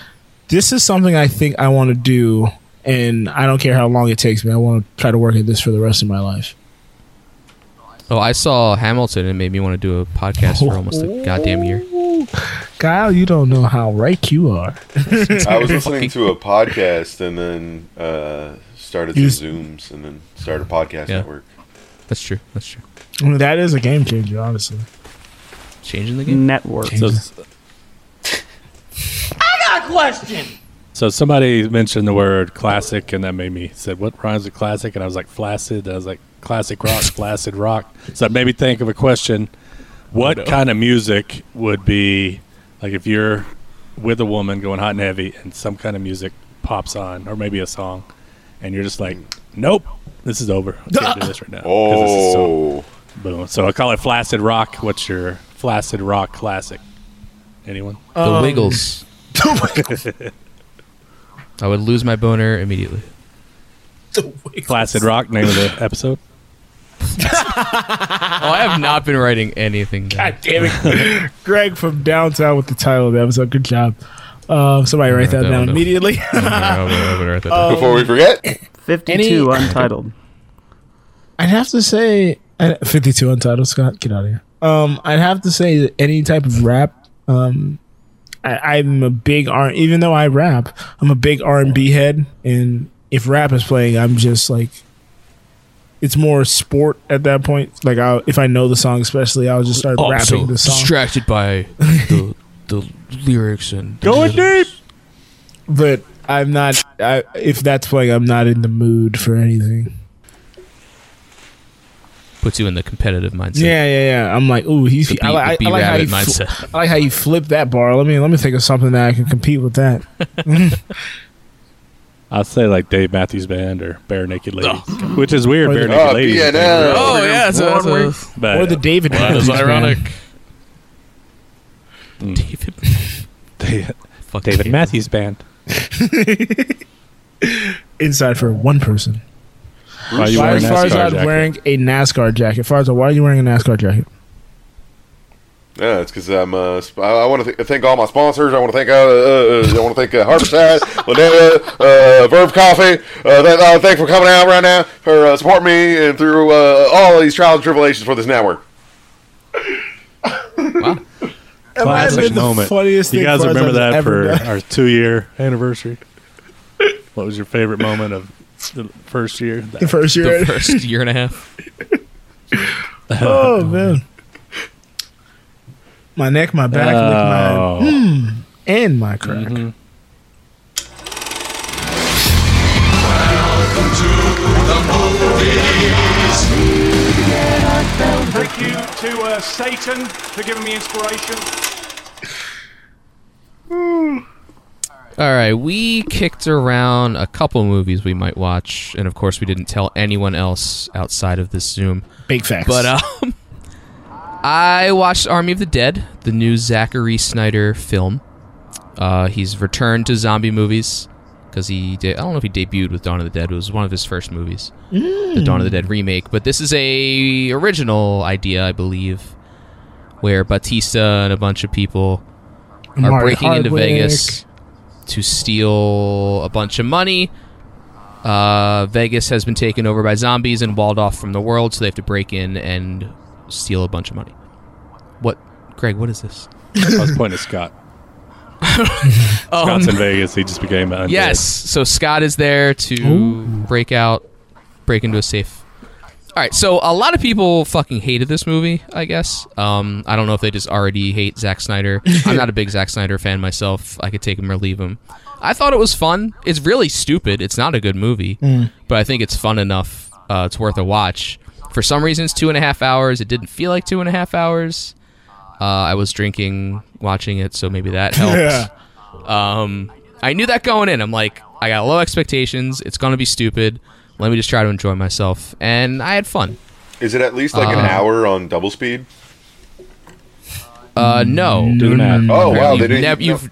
Speaker 7: this is something I think I want to do, and I don't care how long it takes me. I want to try to work at this for the rest of my life.
Speaker 5: oh i saw hamilton and it made me want to do a podcast for almost a
Speaker 7: Oh.
Speaker 5: goddamn year
Speaker 7: Kyle, you don't know how right you are.
Speaker 4: i was listening to a podcast and then uh, started
Speaker 7: You-
Speaker 4: some zooms and then started a podcast
Speaker 5: Yeah.
Speaker 4: network
Speaker 5: that's true that's true
Speaker 7: I mean, that is a game changer, honestly.
Speaker 5: changing the game
Speaker 6: Network.
Speaker 8: So it's- So somebody mentioned the word classic, and that made me said, "What rhymes with classic?" And I was like, "Flaccid." And I was like, "Classic rock, flaccid rock." So it made me think of a question: What kind of music would be like if you're with a woman going hot and heavy, and some kind of music pops on, or maybe a song, and you're just like, "Nope, this is over. I can't do this right now." 'cause this is so-
Speaker 4: Oh,
Speaker 8: boom. So I call it flaccid rock. What's your flaccid rock classic? Anyone?
Speaker 5: The
Speaker 7: Um,
Speaker 5: Wiggles. I would lose my boner immediately.
Speaker 8: Flaccid rock. Name of the episode.
Speaker 5: Oh, I have not been writing anything. down.
Speaker 7: God damn it. Greg from downtown with the title of the episode. Good job. Uh, somebody write
Speaker 5: Write
Speaker 7: that
Speaker 5: that
Speaker 7: down
Speaker 5: one down.
Speaker 7: immediately.
Speaker 5: I would- I would write that down.
Speaker 4: before we forget,
Speaker 6: 52 untitled.
Speaker 7: I'd have to say uh, 52 Untitled Scott. Get out of here. Um, I'd have to say that any type of rap. Um, I, I'm a big R. Even though I rap, I'm a big R and B head. And if rap is playing, I'm just like, it's more sport at that point. Like, I, if I know the song, especially, I'll just start Oh, rapping
Speaker 5: also
Speaker 7: the song.
Speaker 5: distracted by the, the lyrics and the going deep.
Speaker 7: but I'm not. I, if that's playing, I'm not in the mood for anything.
Speaker 5: Puts you in the competitive mindset.
Speaker 7: Yeah, yeah, yeah. I'm like, ooh, he's.
Speaker 5: The
Speaker 7: I,
Speaker 5: beat-
Speaker 7: li- I,
Speaker 5: the
Speaker 7: I like how you
Speaker 5: B-rabbit
Speaker 7: fl-
Speaker 5: mindset.
Speaker 7: I like how you flip that bar. Let me let me think of something that I can compete with that.
Speaker 8: I'll say like Dave Matthews Band or Bare Naked
Speaker 7: Oh,
Speaker 8: Ladies, which is weird. Bare Naked
Speaker 4: Oh,
Speaker 8: Ladies, is
Speaker 4: BNL.
Speaker 8: like,
Speaker 5: Oh yeah, so that's a,
Speaker 8: but
Speaker 7: or the David.
Speaker 5: that is
Speaker 7: Matthews Band.
Speaker 5: ironic.
Speaker 8: Mm.
Speaker 5: David, fuck
Speaker 8: David Matthews Band.
Speaker 7: Inside for one person.
Speaker 8: Why are you
Speaker 7: Why,
Speaker 8: wearing
Speaker 7: as far
Speaker 8: NASCAR
Speaker 7: as I'm
Speaker 8: jacket?
Speaker 7: wearing a NASCAR jacket. Farza, why are you wearing a NASCAR jacket?
Speaker 4: Yeah, it's because I'm. Uh, sp- I, I want to th- thank all my sponsors. I want to thank. Uh, uh, uh, I want to thank uh, Harborside, Lanetta, uh, Verve Coffee. Uh, th- uh, thanks for coming out right now for uh, supporting me and through uh, all these trials and tribulations for this network.
Speaker 8: Classic moment.
Speaker 7: funniest
Speaker 8: you
Speaker 7: thing
Speaker 8: guys
Speaker 7: Farzad's
Speaker 8: remember that
Speaker 7: ever
Speaker 8: for
Speaker 7: done?
Speaker 8: our two-year anniversary? What was your favorite moment of the first year?
Speaker 7: The first year.
Speaker 5: The first year and a half.
Speaker 7: oh man. My neck, my back, lick my,
Speaker 8: Oh.
Speaker 7: and my crack.
Speaker 5: Mm-hmm.
Speaker 2: Thank you to uh, Satan for giving me inspiration.
Speaker 5: All right, we kicked around a couple movies we might watch, and of course, we didn't tell anyone else outside of this Zoom.
Speaker 7: Big facts.
Speaker 5: But um, I watched Army of the Dead, the new Zachary Snyder film. Uh, he's returned to zombie movies because he did. I don't know if he debuted with Dawn of the Dead. It was one of his first movies, the Dawn of the Dead remake. But this is a original idea, I believe, where Batista and a bunch of people are
Speaker 7: Marty
Speaker 5: breaking into
Speaker 7: Hardwick.
Speaker 5: Vegas to steal a bunch of money. Uh, Vegas has been taken over by zombies and walled off from the world, so they have to break in and steal a bunch of money. What, Greg? What is this?
Speaker 8: I was pointing at Scott.
Speaker 7: Oh,
Speaker 8: Scott's in Vegas. He just became an undead.
Speaker 5: Yes. So Scott is there to break out, break into a safe. All right. So a lot of people fucking hated this movie. I guess. Um, I don't know if they just already hate Zack Snyder. I'm not a big Zack Snyder fan myself. I could take him or leave him. I thought it was fun. It's really stupid. It's not a good movie, but I think it's fun enough. Uh, it's worth a watch. For some reason, it's two and a half hours. It didn't feel like two and a half hours. Uh, I was drinking, watching it, so maybe that helped.
Speaker 7: Yeah.
Speaker 5: Um, I knew that going in. I'm like, I got low expectations. It's gonna be stupid. Let me just try to enjoy myself, and I had fun.
Speaker 4: Is it at least like
Speaker 5: Uh,
Speaker 4: an hour on double speed?
Speaker 5: Uh, no,
Speaker 8: Do the math.
Speaker 7: Mm.
Speaker 4: Oh wow,
Speaker 5: Apparently
Speaker 4: they didn't.
Speaker 5: nev- you've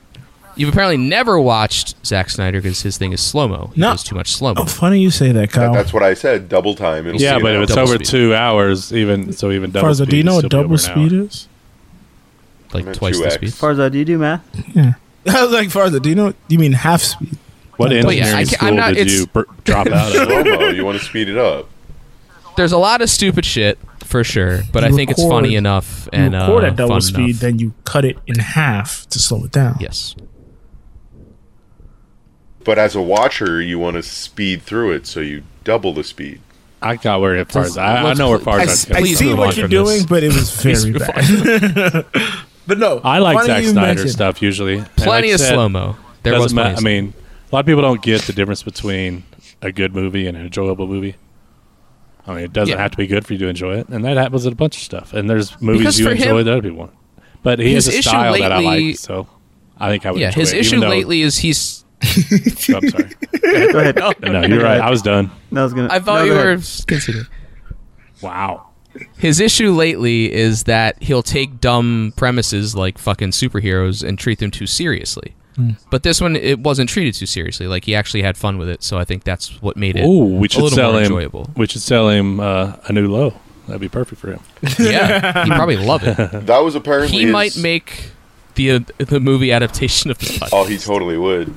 Speaker 5: you've apparently never watched Zack Snyder because his thing is slow mo. He
Speaker 7: No.
Speaker 5: does too much slow mo.
Speaker 7: Oh, funny you say that, Kyle.
Speaker 4: that's what I said. Double time. It'll
Speaker 8: Yeah,
Speaker 4: see
Speaker 8: but
Speaker 4: it
Speaker 8: if
Speaker 4: out.
Speaker 8: it's
Speaker 5: Double
Speaker 8: over
Speaker 5: speed.
Speaker 8: two hours, even so, even double
Speaker 7: Farza,
Speaker 8: speed.
Speaker 7: do you
Speaker 8: would
Speaker 7: know what
Speaker 8: still be over
Speaker 7: double
Speaker 8: an hour.
Speaker 7: speed is?
Speaker 5: Like
Speaker 4: meant
Speaker 5: twice the
Speaker 4: 2x.
Speaker 5: speed.
Speaker 6: Farza, do you do math?
Speaker 7: I was like, Farza, do you know? You mean half speed?
Speaker 8: What
Speaker 7: Wait,
Speaker 8: engineering
Speaker 5: I ca- I'm
Speaker 8: school
Speaker 5: not-
Speaker 8: did
Speaker 5: it's-
Speaker 8: you br- drop out of?
Speaker 4: Slow-mo, you want to speed it up.
Speaker 5: There's a lot of stupid shit for sure, but I think it's
Speaker 7: record-
Speaker 5: funny enough
Speaker 7: You
Speaker 5: and
Speaker 7: record
Speaker 5: uh,
Speaker 7: at double
Speaker 5: fun
Speaker 7: speed,
Speaker 5: enough.
Speaker 7: then you cut it in half to slow it down.
Speaker 5: yes.
Speaker 4: But as a watcher, you want to speed through it, so you double the speed.
Speaker 8: I got where it Farza. I, I
Speaker 5: let's-
Speaker 8: know where
Speaker 7: I,
Speaker 8: Farza's
Speaker 7: I
Speaker 8: coming
Speaker 5: please
Speaker 8: from.
Speaker 7: see
Speaker 5: move on
Speaker 7: what you're
Speaker 5: from this.
Speaker 7: doing, but it was very
Speaker 5: move
Speaker 7: bad. but no,
Speaker 8: I like
Speaker 7: funny
Speaker 8: Zack
Speaker 7: you
Speaker 8: Snyder
Speaker 7: mentioned-
Speaker 8: stuff usually. And
Speaker 5: Plenty
Speaker 8: like I
Speaker 5: of
Speaker 8: said,
Speaker 5: slow mo. There was
Speaker 8: Doesn't
Speaker 5: plenty
Speaker 8: matter.
Speaker 5: of
Speaker 8: I mean, A lot of people don't get the difference between a good movie and an enjoyable movie. I mean, it doesn't
Speaker 5: Yeah.
Speaker 8: have to be good for you to enjoy it, and that happens with a bunch of stuff. And there's movies
Speaker 5: Because
Speaker 8: you
Speaker 5: for
Speaker 8: enjoy
Speaker 5: him-
Speaker 8: that other people want, but he has
Speaker 5: his
Speaker 8: a
Speaker 5: issue
Speaker 8: style that I
Speaker 5: lately-
Speaker 8: like, so I think I would.
Speaker 5: Yeah,
Speaker 8: enjoy
Speaker 5: his
Speaker 8: it, even
Speaker 5: issue
Speaker 8: though-
Speaker 5: lately is he's.
Speaker 8: I'm sorry.
Speaker 6: Go ahead. No,
Speaker 8: No, you're right. I was done.
Speaker 6: I was gonna.
Speaker 5: I thought
Speaker 6: no,
Speaker 5: you
Speaker 6: go
Speaker 5: were
Speaker 6: ahead.
Speaker 5: considering.
Speaker 8: Wow.
Speaker 5: His issue lately is that he'll take dumb premises like fucking superheroes and treat them too seriously.
Speaker 7: Hmm.
Speaker 5: But this one, it wasn't treated too seriously. Like he actually had fun with it, so I think that's what made it
Speaker 8: Oh, we
Speaker 5: a
Speaker 8: should
Speaker 5: little
Speaker 8: sell
Speaker 5: more
Speaker 8: him.
Speaker 5: enjoyable.
Speaker 8: We should sell him uh, a new low. That'd be perfect for him.
Speaker 5: Yeah, he'd probably love it.
Speaker 4: That was apparently
Speaker 5: he
Speaker 4: his-
Speaker 5: might make the uh, the movie adaptation of the podcast.
Speaker 4: Oh, he totally would.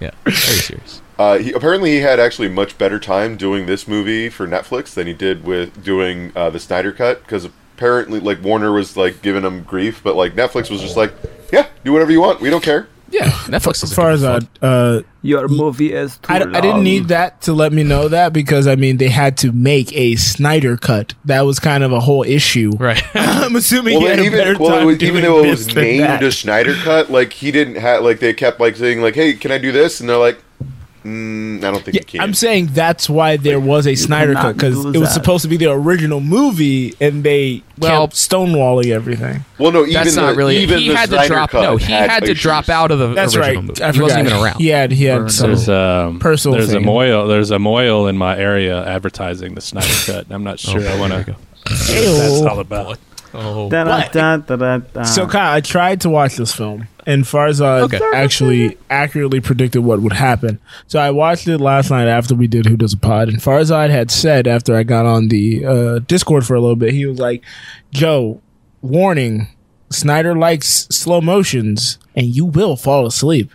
Speaker 5: yeah, very serious.
Speaker 4: Uh, he, apparently, he had actually much better time doing this movie for Netflix than he did with doing uh, the Snyder Cut because apparently, like Warner was like giving him grief, but like Netflix was just like, yeah, do whatever you want, we don't care.
Speaker 5: Yeah, Netflix is
Speaker 7: As far as I, uh,
Speaker 9: Your movie is too
Speaker 7: I, I didn't need that to let me know that because I mean they had to make a Snyder cut. That was kind of a whole issue.
Speaker 5: right.
Speaker 7: I'm assuming
Speaker 4: Well,
Speaker 7: he had
Speaker 4: then
Speaker 7: a better
Speaker 4: even well, it
Speaker 7: time
Speaker 4: was,
Speaker 7: doing
Speaker 4: even though it
Speaker 7: this
Speaker 4: was
Speaker 7: than
Speaker 4: named
Speaker 7: that.
Speaker 4: a Snyder Cut, like he didn't have like they kept like saying like, hey, can I do this? And they're like, mm, I don't think you can.
Speaker 7: I'm saying that's why there was a Snyder cut
Speaker 6: cannot
Speaker 7: because
Speaker 6: do
Speaker 7: it was
Speaker 6: that.
Speaker 7: supposed to be the original movie and they
Speaker 5: Well-
Speaker 7: kept stonewalling everything.
Speaker 4: well, no, even
Speaker 5: That's
Speaker 4: the,
Speaker 5: not really.
Speaker 4: even
Speaker 5: he
Speaker 4: the
Speaker 5: had to
Speaker 4: Snyder
Speaker 5: drop.
Speaker 4: Cut
Speaker 5: No, he had, to
Speaker 4: issues.
Speaker 5: drop out of the
Speaker 7: That's
Speaker 5: original
Speaker 7: right.
Speaker 5: movie.
Speaker 7: I
Speaker 5: he wasn't
Speaker 7: forgot.
Speaker 5: even around.
Speaker 7: He had he had some
Speaker 8: There's um,
Speaker 7: Personal
Speaker 8: There's
Speaker 7: thing.
Speaker 8: a moil. There's a moil in my area advertising the Snyder Cut. and I'm not sure I want to. That's all about.
Speaker 5: Oh,
Speaker 6: Da, da, da, da, da, da.
Speaker 7: So Kyle, I tried to watch this film, and Farzad
Speaker 5: Okay.
Speaker 7: actually accurately predicted what would happen. So I watched it last night after we did Who Does a Pod, and Farzad had said after I got on the uh, Discord for a little bit, he was like, "Joe, warning: Snyder likes slow motions, and you will fall asleep."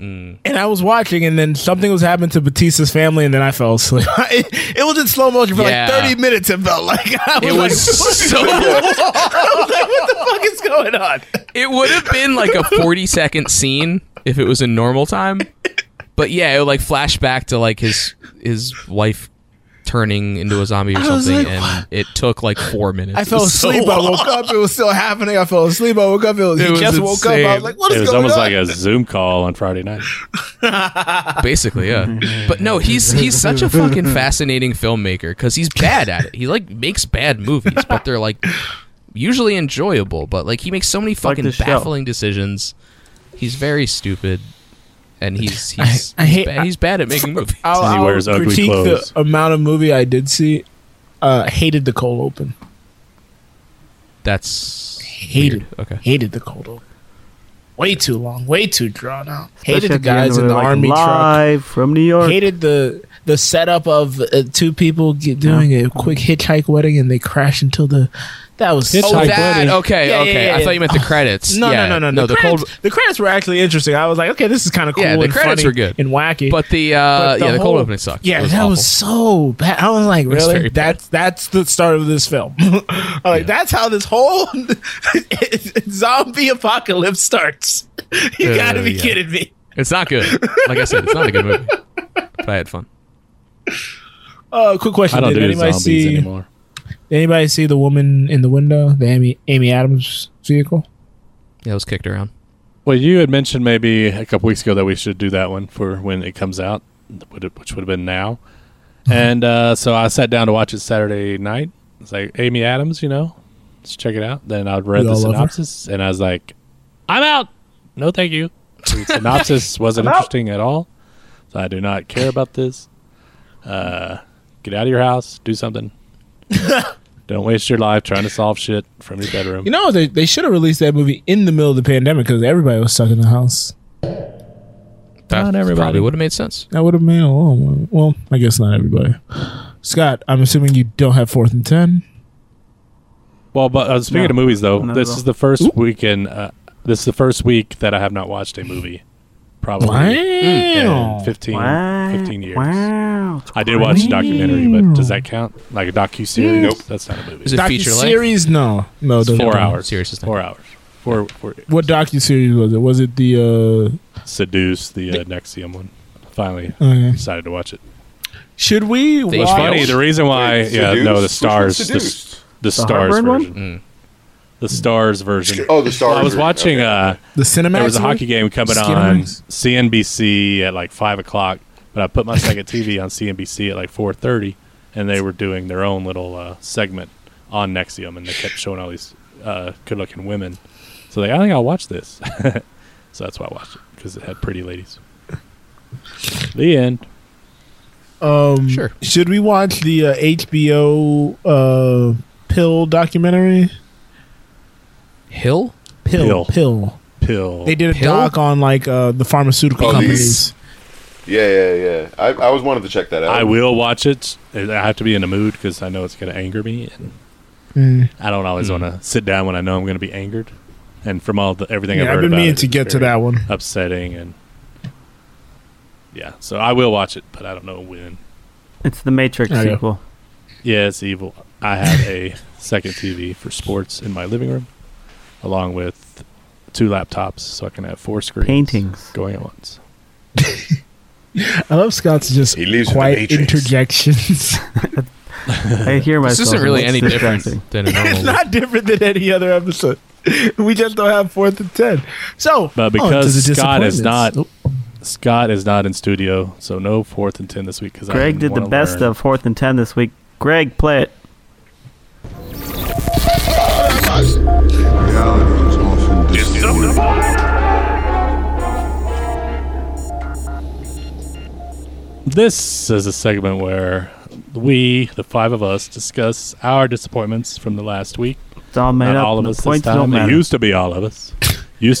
Speaker 5: Mm.
Speaker 7: And I was watching, and then something was happening to Batista's family, and then I fell asleep. it, it was in slow motion for
Speaker 5: Yeah.
Speaker 7: like thirty minutes. It felt like I was
Speaker 5: it
Speaker 7: like,
Speaker 5: was so.
Speaker 7: "What the fuck is going on?"
Speaker 5: It would have been like a 40 second scene if it was in normal time. But yeah, it would like flash back to like his his wife turning into a zombie or
Speaker 7: was
Speaker 5: something,
Speaker 7: like,
Speaker 5: and
Speaker 7: what?
Speaker 5: it took like four minutes.
Speaker 7: I
Speaker 5: It
Speaker 7: fell
Speaker 5: was so
Speaker 7: asleep. I
Speaker 5: long.
Speaker 7: woke up. It was still happening. I fell asleep. I woke up. It was,
Speaker 5: It
Speaker 7: he
Speaker 5: was
Speaker 7: just woke up. I
Speaker 5: insane.
Speaker 7: was like, "What is
Speaker 8: It was
Speaker 7: going
Speaker 8: almost
Speaker 7: on?"
Speaker 8: like a Zoom call on Friday night.
Speaker 5: basically yeah but no he's he's such a fucking fascinating filmmaker because he's bad at it he like makes bad movies but they're like usually enjoyable but like he makes so many fucking
Speaker 6: this show.
Speaker 5: baffling decisions he's very stupid and he's he's
Speaker 7: I- I
Speaker 5: he's,
Speaker 7: hate-
Speaker 5: bad, he's bad at making movies
Speaker 7: I'll,
Speaker 8: He
Speaker 7: I'll
Speaker 8: wears ugly
Speaker 7: critique
Speaker 8: clothes.
Speaker 7: the amount of movie I did see. Uh, hated the cold open.
Speaker 5: that's
Speaker 7: Hated.
Speaker 5: weird. okay
Speaker 7: Hated the cold open. Way too long. Way too drawn out. Hated
Speaker 6: Especially
Speaker 7: the
Speaker 6: at end
Speaker 7: guys
Speaker 6: where
Speaker 7: in the
Speaker 6: they're, like,
Speaker 7: army truck.
Speaker 6: Live from New York.
Speaker 7: Hated the the setup of uh, two people get, doing a quick hitchhike wedding and they crash into the. That was so
Speaker 5: oh
Speaker 8: Hitchhike
Speaker 5: that
Speaker 8: wedding.
Speaker 5: okay
Speaker 7: Yeah, yeah,
Speaker 5: okay
Speaker 7: yeah,
Speaker 5: I
Speaker 7: yeah.
Speaker 5: thought you meant the credits
Speaker 7: No,
Speaker 5: Yeah,
Speaker 7: no, no, no,
Speaker 5: the
Speaker 7: credits,
Speaker 5: cold
Speaker 7: the credits were actually interesting. I was like, okay, this is kind of cool.
Speaker 5: Yeah, the
Speaker 7: and
Speaker 5: credits
Speaker 7: funny
Speaker 5: were good.
Speaker 7: and wacky.
Speaker 5: but the uh
Speaker 7: But
Speaker 5: yeah the
Speaker 7: whole-
Speaker 5: cold opening sucked
Speaker 7: Yeah,
Speaker 5: It was
Speaker 7: that
Speaker 5: awful.
Speaker 7: was so bad. I was like,
Speaker 5: was
Speaker 7: really?
Speaker 5: very bad.
Speaker 7: that's that's the start of this film. I'm like, that's how this whole zombie apocalypse starts. you
Speaker 5: Uh,
Speaker 7: gotta be
Speaker 5: yeah.
Speaker 7: kidding me.
Speaker 5: it's not good like I said it's not a good movie but I had fun
Speaker 7: Uh, quick question:
Speaker 8: I don't
Speaker 7: Did
Speaker 8: do
Speaker 7: anybody
Speaker 8: zombies
Speaker 7: see
Speaker 8: anymore.
Speaker 7: did anybody see the woman in the window, the Amy Amy Adams vehicle?
Speaker 5: yeah it was kicked around.
Speaker 8: Well, you had mentioned maybe a couple weeks ago that we should do that one for when it comes out, would it- which would have been now.
Speaker 7: Mm-hmm.
Speaker 8: And uh, so I sat down to watch it Saturday night. It's like Amy Adams, you know, let's check it out. Then I read
Speaker 7: We
Speaker 8: the
Speaker 7: all love her.
Speaker 8: synopsis, and I was like, I'm out. No, thank you. The synopsis wasn't interesting at all, so I do not care about this. Uh, get out of your house, do something. Don't waste your life trying to solve shit from your bedroom.
Speaker 7: You know, they they should have released that movie in the middle of the pandemic because everybody was stuck in the house.
Speaker 5: That
Speaker 8: Not everybody.
Speaker 5: probably would have made sense.
Speaker 7: That would have made a little. more- Well, I guess not everybody. Scott, I'm assuming you don't have fourth and ten.
Speaker 8: Well, but uh, speaking
Speaker 6: No,
Speaker 8: of movies, though,
Speaker 6: not at
Speaker 8: this
Speaker 6: all.
Speaker 8: is the first weekend. Uh, this is the first week that I have not watched a movie, probably in 15,
Speaker 6: wow.
Speaker 8: 15 years.
Speaker 6: Wow.
Speaker 8: I did watch a documentary, but does that count? Like a docu series?
Speaker 4: Nope.
Speaker 8: That's not a movie.
Speaker 5: Is it feature length?
Speaker 7: series? No, no, it doesn't
Speaker 8: four
Speaker 7: count.
Speaker 8: hours.
Speaker 5: Series is not-
Speaker 8: Four hours. Four. four
Speaker 7: What docu series was it? Was it the? uh
Speaker 8: Seduce the uh, Nexium one. Finally
Speaker 5: Uh.
Speaker 7: okay.
Speaker 8: decided to watch it.
Speaker 7: Should we?
Speaker 5: They
Speaker 7: watch-
Speaker 5: HBO?
Speaker 8: Funny. The reason why, yeah,
Speaker 4: Seduced?
Speaker 8: no, the
Speaker 4: Which one's
Speaker 8: stars, the, s-
Speaker 4: Seduced?
Speaker 8: the stars
Speaker 6: Heartburn one?
Speaker 5: Mm.
Speaker 8: version. the stars version.
Speaker 4: Oh, the stars.
Speaker 8: I was
Speaker 4: version,
Speaker 8: watching.
Speaker 4: okay.
Speaker 8: Uh,
Speaker 7: The Cinemax.
Speaker 8: there was a
Speaker 7: one?
Speaker 8: hockey game coming on
Speaker 7: Skinamax?
Speaker 8: CNBC at like five o'clock, but I put my second TV on CNBC at like four thirty, and they were doing their own little uh, segment on Nexium, and they kept showing all these uh, good-looking women. So like, I think I'll watch this. so that's why I watched it because it had pretty ladies. The end.
Speaker 7: Um,
Speaker 5: Sure.
Speaker 7: Should we watch the uh, HBO uh, pill documentary?
Speaker 5: Hill?
Speaker 7: Pill,
Speaker 8: Pill.
Speaker 7: pill.
Speaker 8: Pill.
Speaker 7: They did a
Speaker 5: Pill?
Speaker 7: doc on like uh, the pharmaceutical
Speaker 4: Oh,
Speaker 7: companies.
Speaker 4: Yeah, yeah, yeah. I, I was wanted to check that out.
Speaker 8: I will watch it. I have to be in the mood because I know it's going to anger me, and
Speaker 7: Mm.
Speaker 8: I don't always want to sit down when I know I'm going to be angered. And from all the everything I've
Speaker 7: Yeah,
Speaker 8: heard
Speaker 7: I've been
Speaker 8: about
Speaker 7: meaning
Speaker 8: it,
Speaker 7: to
Speaker 8: it's
Speaker 7: get to
Speaker 8: very
Speaker 7: that one.
Speaker 8: upsetting and yeah. So I will watch it, but I don't know when.
Speaker 6: It's the Matrix
Speaker 7: There you go.
Speaker 6: sequel.
Speaker 8: Yeah, it's evil. I have a second TV for sports in my living room, along with two laptops, so I can have four screens
Speaker 6: Paintings.
Speaker 8: going at once.
Speaker 7: I love Scott's just
Speaker 4: He lives with the
Speaker 7: quiet
Speaker 4: Matrix.
Speaker 7: interjections.
Speaker 6: I hear myself.
Speaker 5: This isn't really
Speaker 6: It's
Speaker 5: any different
Speaker 6: distracting.
Speaker 5: than a normal.
Speaker 7: it's not different than any other episode. We just don't have fourth and ten. So, oh,
Speaker 8: But
Speaker 7: on to
Speaker 8: because
Speaker 7: the
Speaker 8: Scott is
Speaker 7: disappointments.
Speaker 8: not Scott is not in studio, so no fourth and ten this week. Because
Speaker 6: Greg did the best of fourth and ten this week. Greg, play it.
Speaker 8: This is a segment where we, the five of us, discuss our disappointments from the last week.
Speaker 6: It's all made
Speaker 8: Not
Speaker 6: up.
Speaker 8: all of
Speaker 6: and
Speaker 8: us
Speaker 6: the
Speaker 8: this
Speaker 6: points don't
Speaker 8: time. It
Speaker 6: matter.
Speaker 8: used to be all of us. used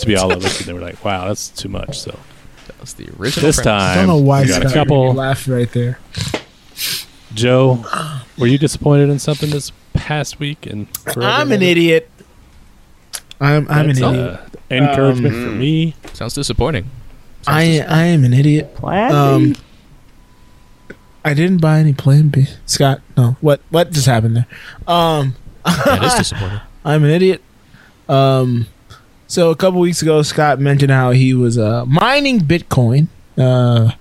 Speaker 8: to be all of us, and they were like, "Wow, that's too much." So
Speaker 5: That's the original.
Speaker 8: this
Speaker 5: premise.
Speaker 8: time,
Speaker 7: I don't know why
Speaker 8: we got
Speaker 7: Scott
Speaker 8: a couple.
Speaker 7: laughed right there.
Speaker 8: Joe, were you disappointed in something this past week? And forever
Speaker 7: I'm an
Speaker 8: later?
Speaker 7: idiot. I'm I'm
Speaker 8: That's,
Speaker 7: an idiot. Um,
Speaker 8: uh, encouragement for me.
Speaker 5: Sounds disappointing.
Speaker 7: I I am an idiot.
Speaker 6: Plan
Speaker 7: Um,
Speaker 6: B.
Speaker 7: I didn't buy any Plan B. Scott, no. What what just happened there? Um,
Speaker 5: That is disappointing.
Speaker 7: I'm an idiot. Um, so a couple weeks ago, Scott mentioned how he was uh, mining Bitcoin, uh,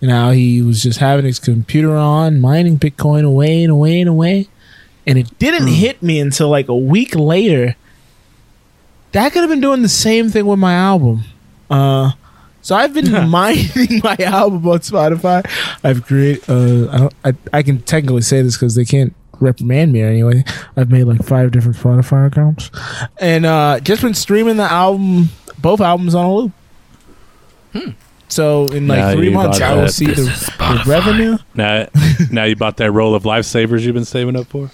Speaker 7: and how he was just having his computer on mining Bitcoin away and away and away, and it
Speaker 8: Hmm.
Speaker 7: didn't hit me until like a week later. That I could have been doing the same thing with my album. Uh, so I've been mining my album on Spotify. I've created. Uh, I, don't, I I can technically say this because they can't reprimand me or anyway. I've made like five different Spotify accounts, and uh, just been streaming the album, both albums on a loop. So in like
Speaker 8: Hmm. Now
Speaker 7: three
Speaker 8: you
Speaker 7: months,
Speaker 8: bought
Speaker 7: I will
Speaker 8: that.
Speaker 7: see the, the revenue.
Speaker 8: Now, now you bought that roll of lifesavers you've been saving up for.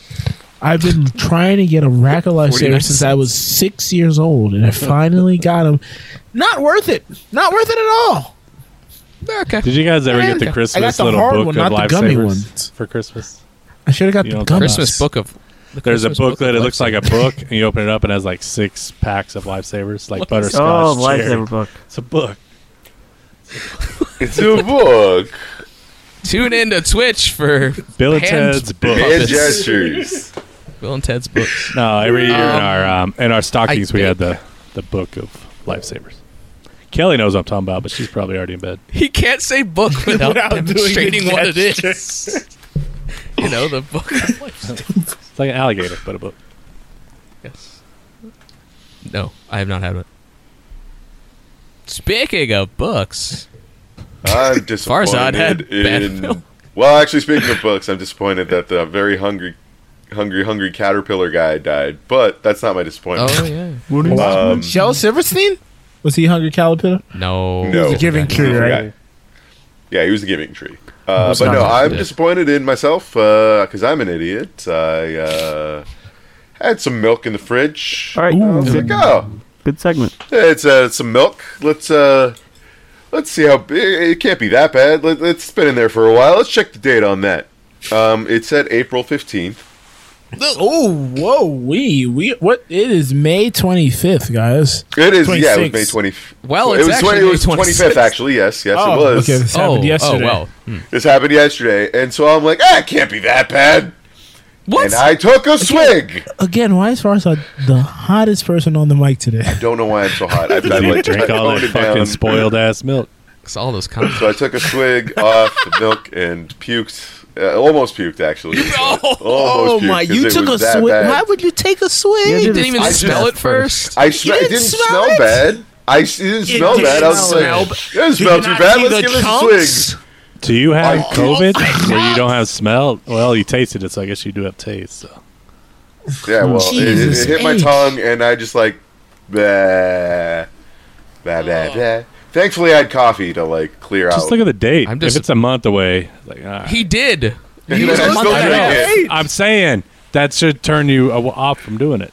Speaker 7: I've been trying to get a rack of lifesavers since I was six years old, and I finally got them. Not worth it. Not worth it at all.
Speaker 5: Okay.
Speaker 8: Did you guys ever get
Speaker 5: I
Speaker 8: the
Speaker 5: got
Speaker 8: Christmas
Speaker 7: the
Speaker 8: little
Speaker 7: hard
Speaker 8: book
Speaker 7: one, not
Speaker 8: of
Speaker 7: the gummy
Speaker 8: lifesavers
Speaker 7: ones.
Speaker 8: for Christmas?
Speaker 7: I should have got
Speaker 8: You
Speaker 7: the
Speaker 8: know, the
Speaker 7: gummies.
Speaker 5: Christmas book of. the
Speaker 8: There's a
Speaker 5: Christmas book
Speaker 8: booklet.
Speaker 5: of
Speaker 8: It looks like a book, and you open it up, and it has like six packs of lifesavers, like butterscotch.
Speaker 6: Oh, the
Speaker 8: cherry.
Speaker 6: lifesaver book.
Speaker 8: It's a book.
Speaker 4: It's a book.
Speaker 5: Tune in to Twitch for
Speaker 8: Bill and
Speaker 5: Hand-
Speaker 8: Ted's book.
Speaker 4: Hand
Speaker 5: Puppets.
Speaker 4: gestures.
Speaker 5: Bill and Ted's books.
Speaker 8: No, every year in our um, in our stockings
Speaker 5: I
Speaker 8: we
Speaker 5: did.
Speaker 8: had the the book of lifesavers. Kelly knows what I'm talking about, but she's probably already in bed.
Speaker 5: He can't say book without,
Speaker 7: Without doing the
Speaker 5: demonstrating what it is. you know the book. Of life.
Speaker 8: It's like an alligator, but a book.
Speaker 5: yes. No, I have not had one. Speaking of books,
Speaker 4: I'm
Speaker 5: Farzad had
Speaker 4: disappointed
Speaker 5: bad
Speaker 4: in.
Speaker 5: film.
Speaker 4: Well, actually, speaking of books, I'm disappointed that the very hungry, hungry, hungry caterpillar guy died. But that's not my disappointment.
Speaker 5: oh yeah,
Speaker 4: Um,
Speaker 7: Shel Silverstein? Was he hungry caterpillar?
Speaker 5: no, Oh,
Speaker 4: No.
Speaker 7: The giving tree,
Speaker 4: Yeah.
Speaker 7: right?
Speaker 4: Yeah, he was a giving tree. Uh,
Speaker 7: Was
Speaker 4: but
Speaker 7: not
Speaker 4: no,
Speaker 7: a-
Speaker 4: I'm
Speaker 5: yeah.
Speaker 4: disappointed in myself because I'm an idiot. I uh, had some milk in the fridge.
Speaker 6: All right. um,
Speaker 4: I was like, oh,
Speaker 6: Good segment.
Speaker 4: it's uh, some milk. Let's uh, let's see how it, it can't be that bad. Let, it's been in there for a while. Let's check the date on that. Um, it said April 15th.
Speaker 7: Oh, whoa, we we what? It is May twenty fifth, guys.
Speaker 4: It is yeah, it was
Speaker 7: 26th.
Speaker 4: May 20.
Speaker 5: Well,
Speaker 4: it
Speaker 5: it's
Speaker 4: was
Speaker 5: actually
Speaker 4: it was
Speaker 5: May
Speaker 4: 25th
Speaker 5: 26th.
Speaker 4: actually. Yes, yes, it was.
Speaker 7: okay. This
Speaker 5: Oh,
Speaker 7: happened yesterday.
Speaker 5: oh well. Hmm.
Speaker 4: This happened yesterday, and so I'm like, ah, it can't be that bad.
Speaker 5: What?
Speaker 4: And I took a swig.
Speaker 7: Again, why is Farzad the hottest person on the mic today?
Speaker 4: Don't know why I'm so hot. I've
Speaker 8: You
Speaker 4: been like
Speaker 8: drink
Speaker 4: I
Speaker 8: all
Speaker 4: toned
Speaker 8: that
Speaker 4: it down.
Speaker 8: fucking spoiled ass milk.
Speaker 5: It's all those comments.
Speaker 4: So I took a swig off the milk and puked Uh, almost puked actually.
Speaker 5: Oh,
Speaker 7: Oh my! You took a swig. Why would you take a swig?
Speaker 6: You
Speaker 5: didn't even
Speaker 6: I
Speaker 4: just-
Speaker 5: smell it first.
Speaker 4: I sm-
Speaker 7: You
Speaker 4: it
Speaker 7: didn't
Speaker 4: didn't
Speaker 7: smell
Speaker 4: smell
Speaker 7: it?
Speaker 4: bad. I s- it didn't smell
Speaker 7: didn't
Speaker 4: bad. I was
Speaker 7: smell
Speaker 4: like,
Speaker 7: b-
Speaker 4: it doesn't smell too bad. Let's give it a swig.
Speaker 8: Do you have
Speaker 4: I-
Speaker 8: COVID where you don't have smell? Well, you taste it, so I guess you do have taste. So.
Speaker 4: Yeah, well, it- it,
Speaker 7: Jesus
Speaker 4: it hit my
Speaker 7: H.
Speaker 4: tongue, and I just like, bah, bah,
Speaker 7: Oh.
Speaker 4: bah, bah. Thankfully, I had coffee to like clear
Speaker 8: Just
Speaker 4: out.
Speaker 8: look at the date.
Speaker 5: I'm just-
Speaker 8: if it's a month away, like ah.
Speaker 5: He did.
Speaker 4: And then I
Speaker 5: look
Speaker 4: still
Speaker 5: at
Speaker 4: drank
Speaker 5: it.
Speaker 4: it.
Speaker 8: I'm saying that should turn you a- off from doing it.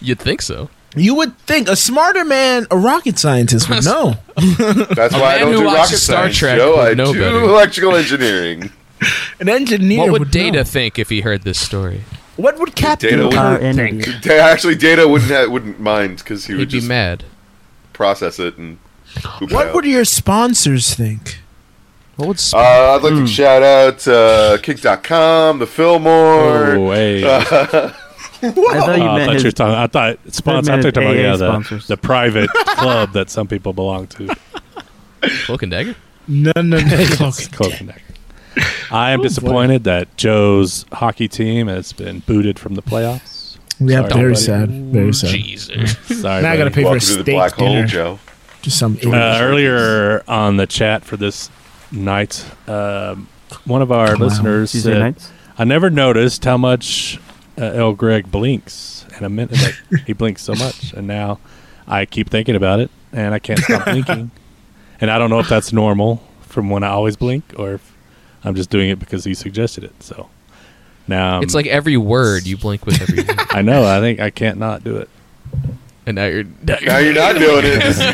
Speaker 5: You'd think so.
Speaker 7: You would think a smarter man, a rocket scientist, would know.
Speaker 4: That's why I
Speaker 5: man
Speaker 4: don't
Speaker 5: who
Speaker 4: do
Speaker 5: watches
Speaker 4: rocket
Speaker 5: Star
Speaker 4: science.
Speaker 5: Trek
Speaker 4: Joe,
Speaker 5: would
Speaker 4: I
Speaker 5: know
Speaker 4: do
Speaker 5: better.
Speaker 4: electrical engineering.
Speaker 7: An engineer.
Speaker 5: What would
Speaker 7: know.
Speaker 5: Data think if he heard this story?
Speaker 7: What would
Speaker 6: Uh,
Speaker 7: Captain
Speaker 4: Data would-
Speaker 7: Picard
Speaker 6: Our
Speaker 7: think?
Speaker 6: enemy.
Speaker 4: Da- Actually, Data wouldn't ha wouldn't mind because he would
Speaker 5: He'd be
Speaker 4: just
Speaker 5: mad.
Speaker 4: process it and. poop it
Speaker 7: What
Speaker 4: out.
Speaker 7: would your sponsors think?
Speaker 5: What would
Speaker 4: Uh,
Speaker 5: Sp-
Speaker 4: I'd like to shout out uh, Kick.com, the Fillmore.
Speaker 8: Oh, hey.
Speaker 4: uh,
Speaker 6: I thought you
Speaker 8: Oh, I
Speaker 6: meant
Speaker 8: thought
Speaker 6: his,
Speaker 8: you were talking. I thought sponsor. I
Speaker 6: meant
Speaker 8: thought you were talking about
Speaker 6: AA
Speaker 8: yeah, the,
Speaker 6: sponsors.
Speaker 8: the private club that some people belong to.
Speaker 5: Cloak and Dagger?
Speaker 7: No, no, no.
Speaker 8: Cloak and Dagger. I am disappointed that Joe's hockey team has been booted from the playoffs.
Speaker 7: yeah,
Speaker 8: Sorry,
Speaker 7: very
Speaker 8: buddy.
Speaker 7: sad. Very sad.
Speaker 5: Jesus.
Speaker 8: Sorry,
Speaker 7: Now I gotta
Speaker 8: buddy.
Speaker 7: pay for
Speaker 4: Welcome
Speaker 7: a
Speaker 4: to the
Speaker 7: steak
Speaker 4: black hole,
Speaker 7: dinner.
Speaker 4: Joe.
Speaker 7: Just some idiot.
Speaker 8: Uh, earlier on the chat for this night, um, one of our listeners
Speaker 6: Tuesday
Speaker 8: said,
Speaker 6: nights.
Speaker 8: "I never noticed how much uh, El Greg blinks, and I meant like, he blinks so much, and now I keep thinking about it, and I can't stop blinking, and I don't know if that's normal from when I always blink, or if I'm just doing it because he suggested it. So now um,
Speaker 5: It's like every word you blink with every word.
Speaker 8: I know I think I can't not do it.
Speaker 5: And now you're. Now
Speaker 4: Now you're not doing it. This is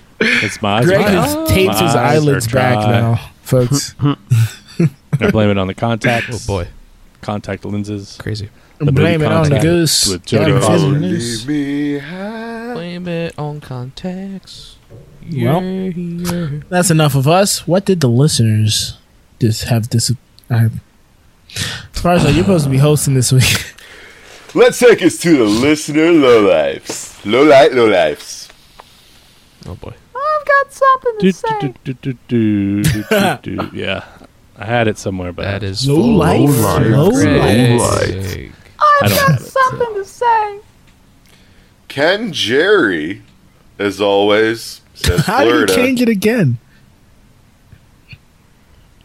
Speaker 4: great.
Speaker 8: It's my eyes.
Speaker 7: Greg
Speaker 8: my
Speaker 7: has
Speaker 5: Oh,
Speaker 8: eyes-
Speaker 7: taped his
Speaker 8: my eyes are
Speaker 7: eyelids back
Speaker 8: dry.
Speaker 7: now, folks.
Speaker 8: I blame it on the contacts.
Speaker 5: Oh boy,
Speaker 8: contact lenses.
Speaker 5: crazy.
Speaker 8: The
Speaker 7: Blame
Speaker 8: booty
Speaker 7: it on the
Speaker 8: contact
Speaker 7: goose.
Speaker 8: with Jodie
Speaker 7: Yeah, it's
Speaker 8: Foster.
Speaker 7: in
Speaker 4: Don't
Speaker 7: the news.
Speaker 4: leave me high.
Speaker 5: Blame it on contacts.
Speaker 7: Well.
Speaker 5: You're here.
Speaker 7: That's enough of us. What did the listeners just have this? I, Farza, you're supposed to be hosting this week.
Speaker 4: Let's take us to the listener lowlifes. Lowlight lowlifes.
Speaker 5: Oh boy.
Speaker 8: Do, do, do, do, do, do, do, do. Yeah, I had it somewhere, but
Speaker 5: That is
Speaker 7: Low
Speaker 5: full
Speaker 7: life.
Speaker 5: of
Speaker 7: Low
Speaker 5: Greg.
Speaker 8: I don't have it.
Speaker 4: Ken Jerry, as always, says
Speaker 7: How do you
Speaker 4: Florida.
Speaker 7: change it again?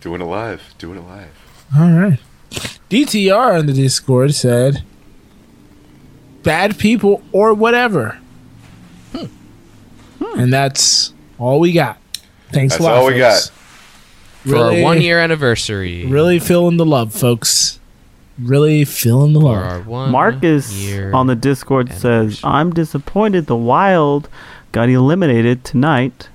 Speaker 4: Doing it live. Doing it live.
Speaker 7: All right. DTR on the Discord said, "Bad people or whatever," Hmm. and that's all we got. Thanks
Speaker 4: That's
Speaker 7: a lot.
Speaker 4: all we
Speaker 7: folks.
Speaker 5: For our one year anniversary.
Speaker 7: really feeling the love, folks. Really feeling the
Speaker 5: For
Speaker 7: love.
Speaker 5: our one
Speaker 6: Marcus
Speaker 5: year
Speaker 6: on the Discord says,
Speaker 5: anniversary.
Speaker 6: "I'm disappointed the Wild got eliminated tonight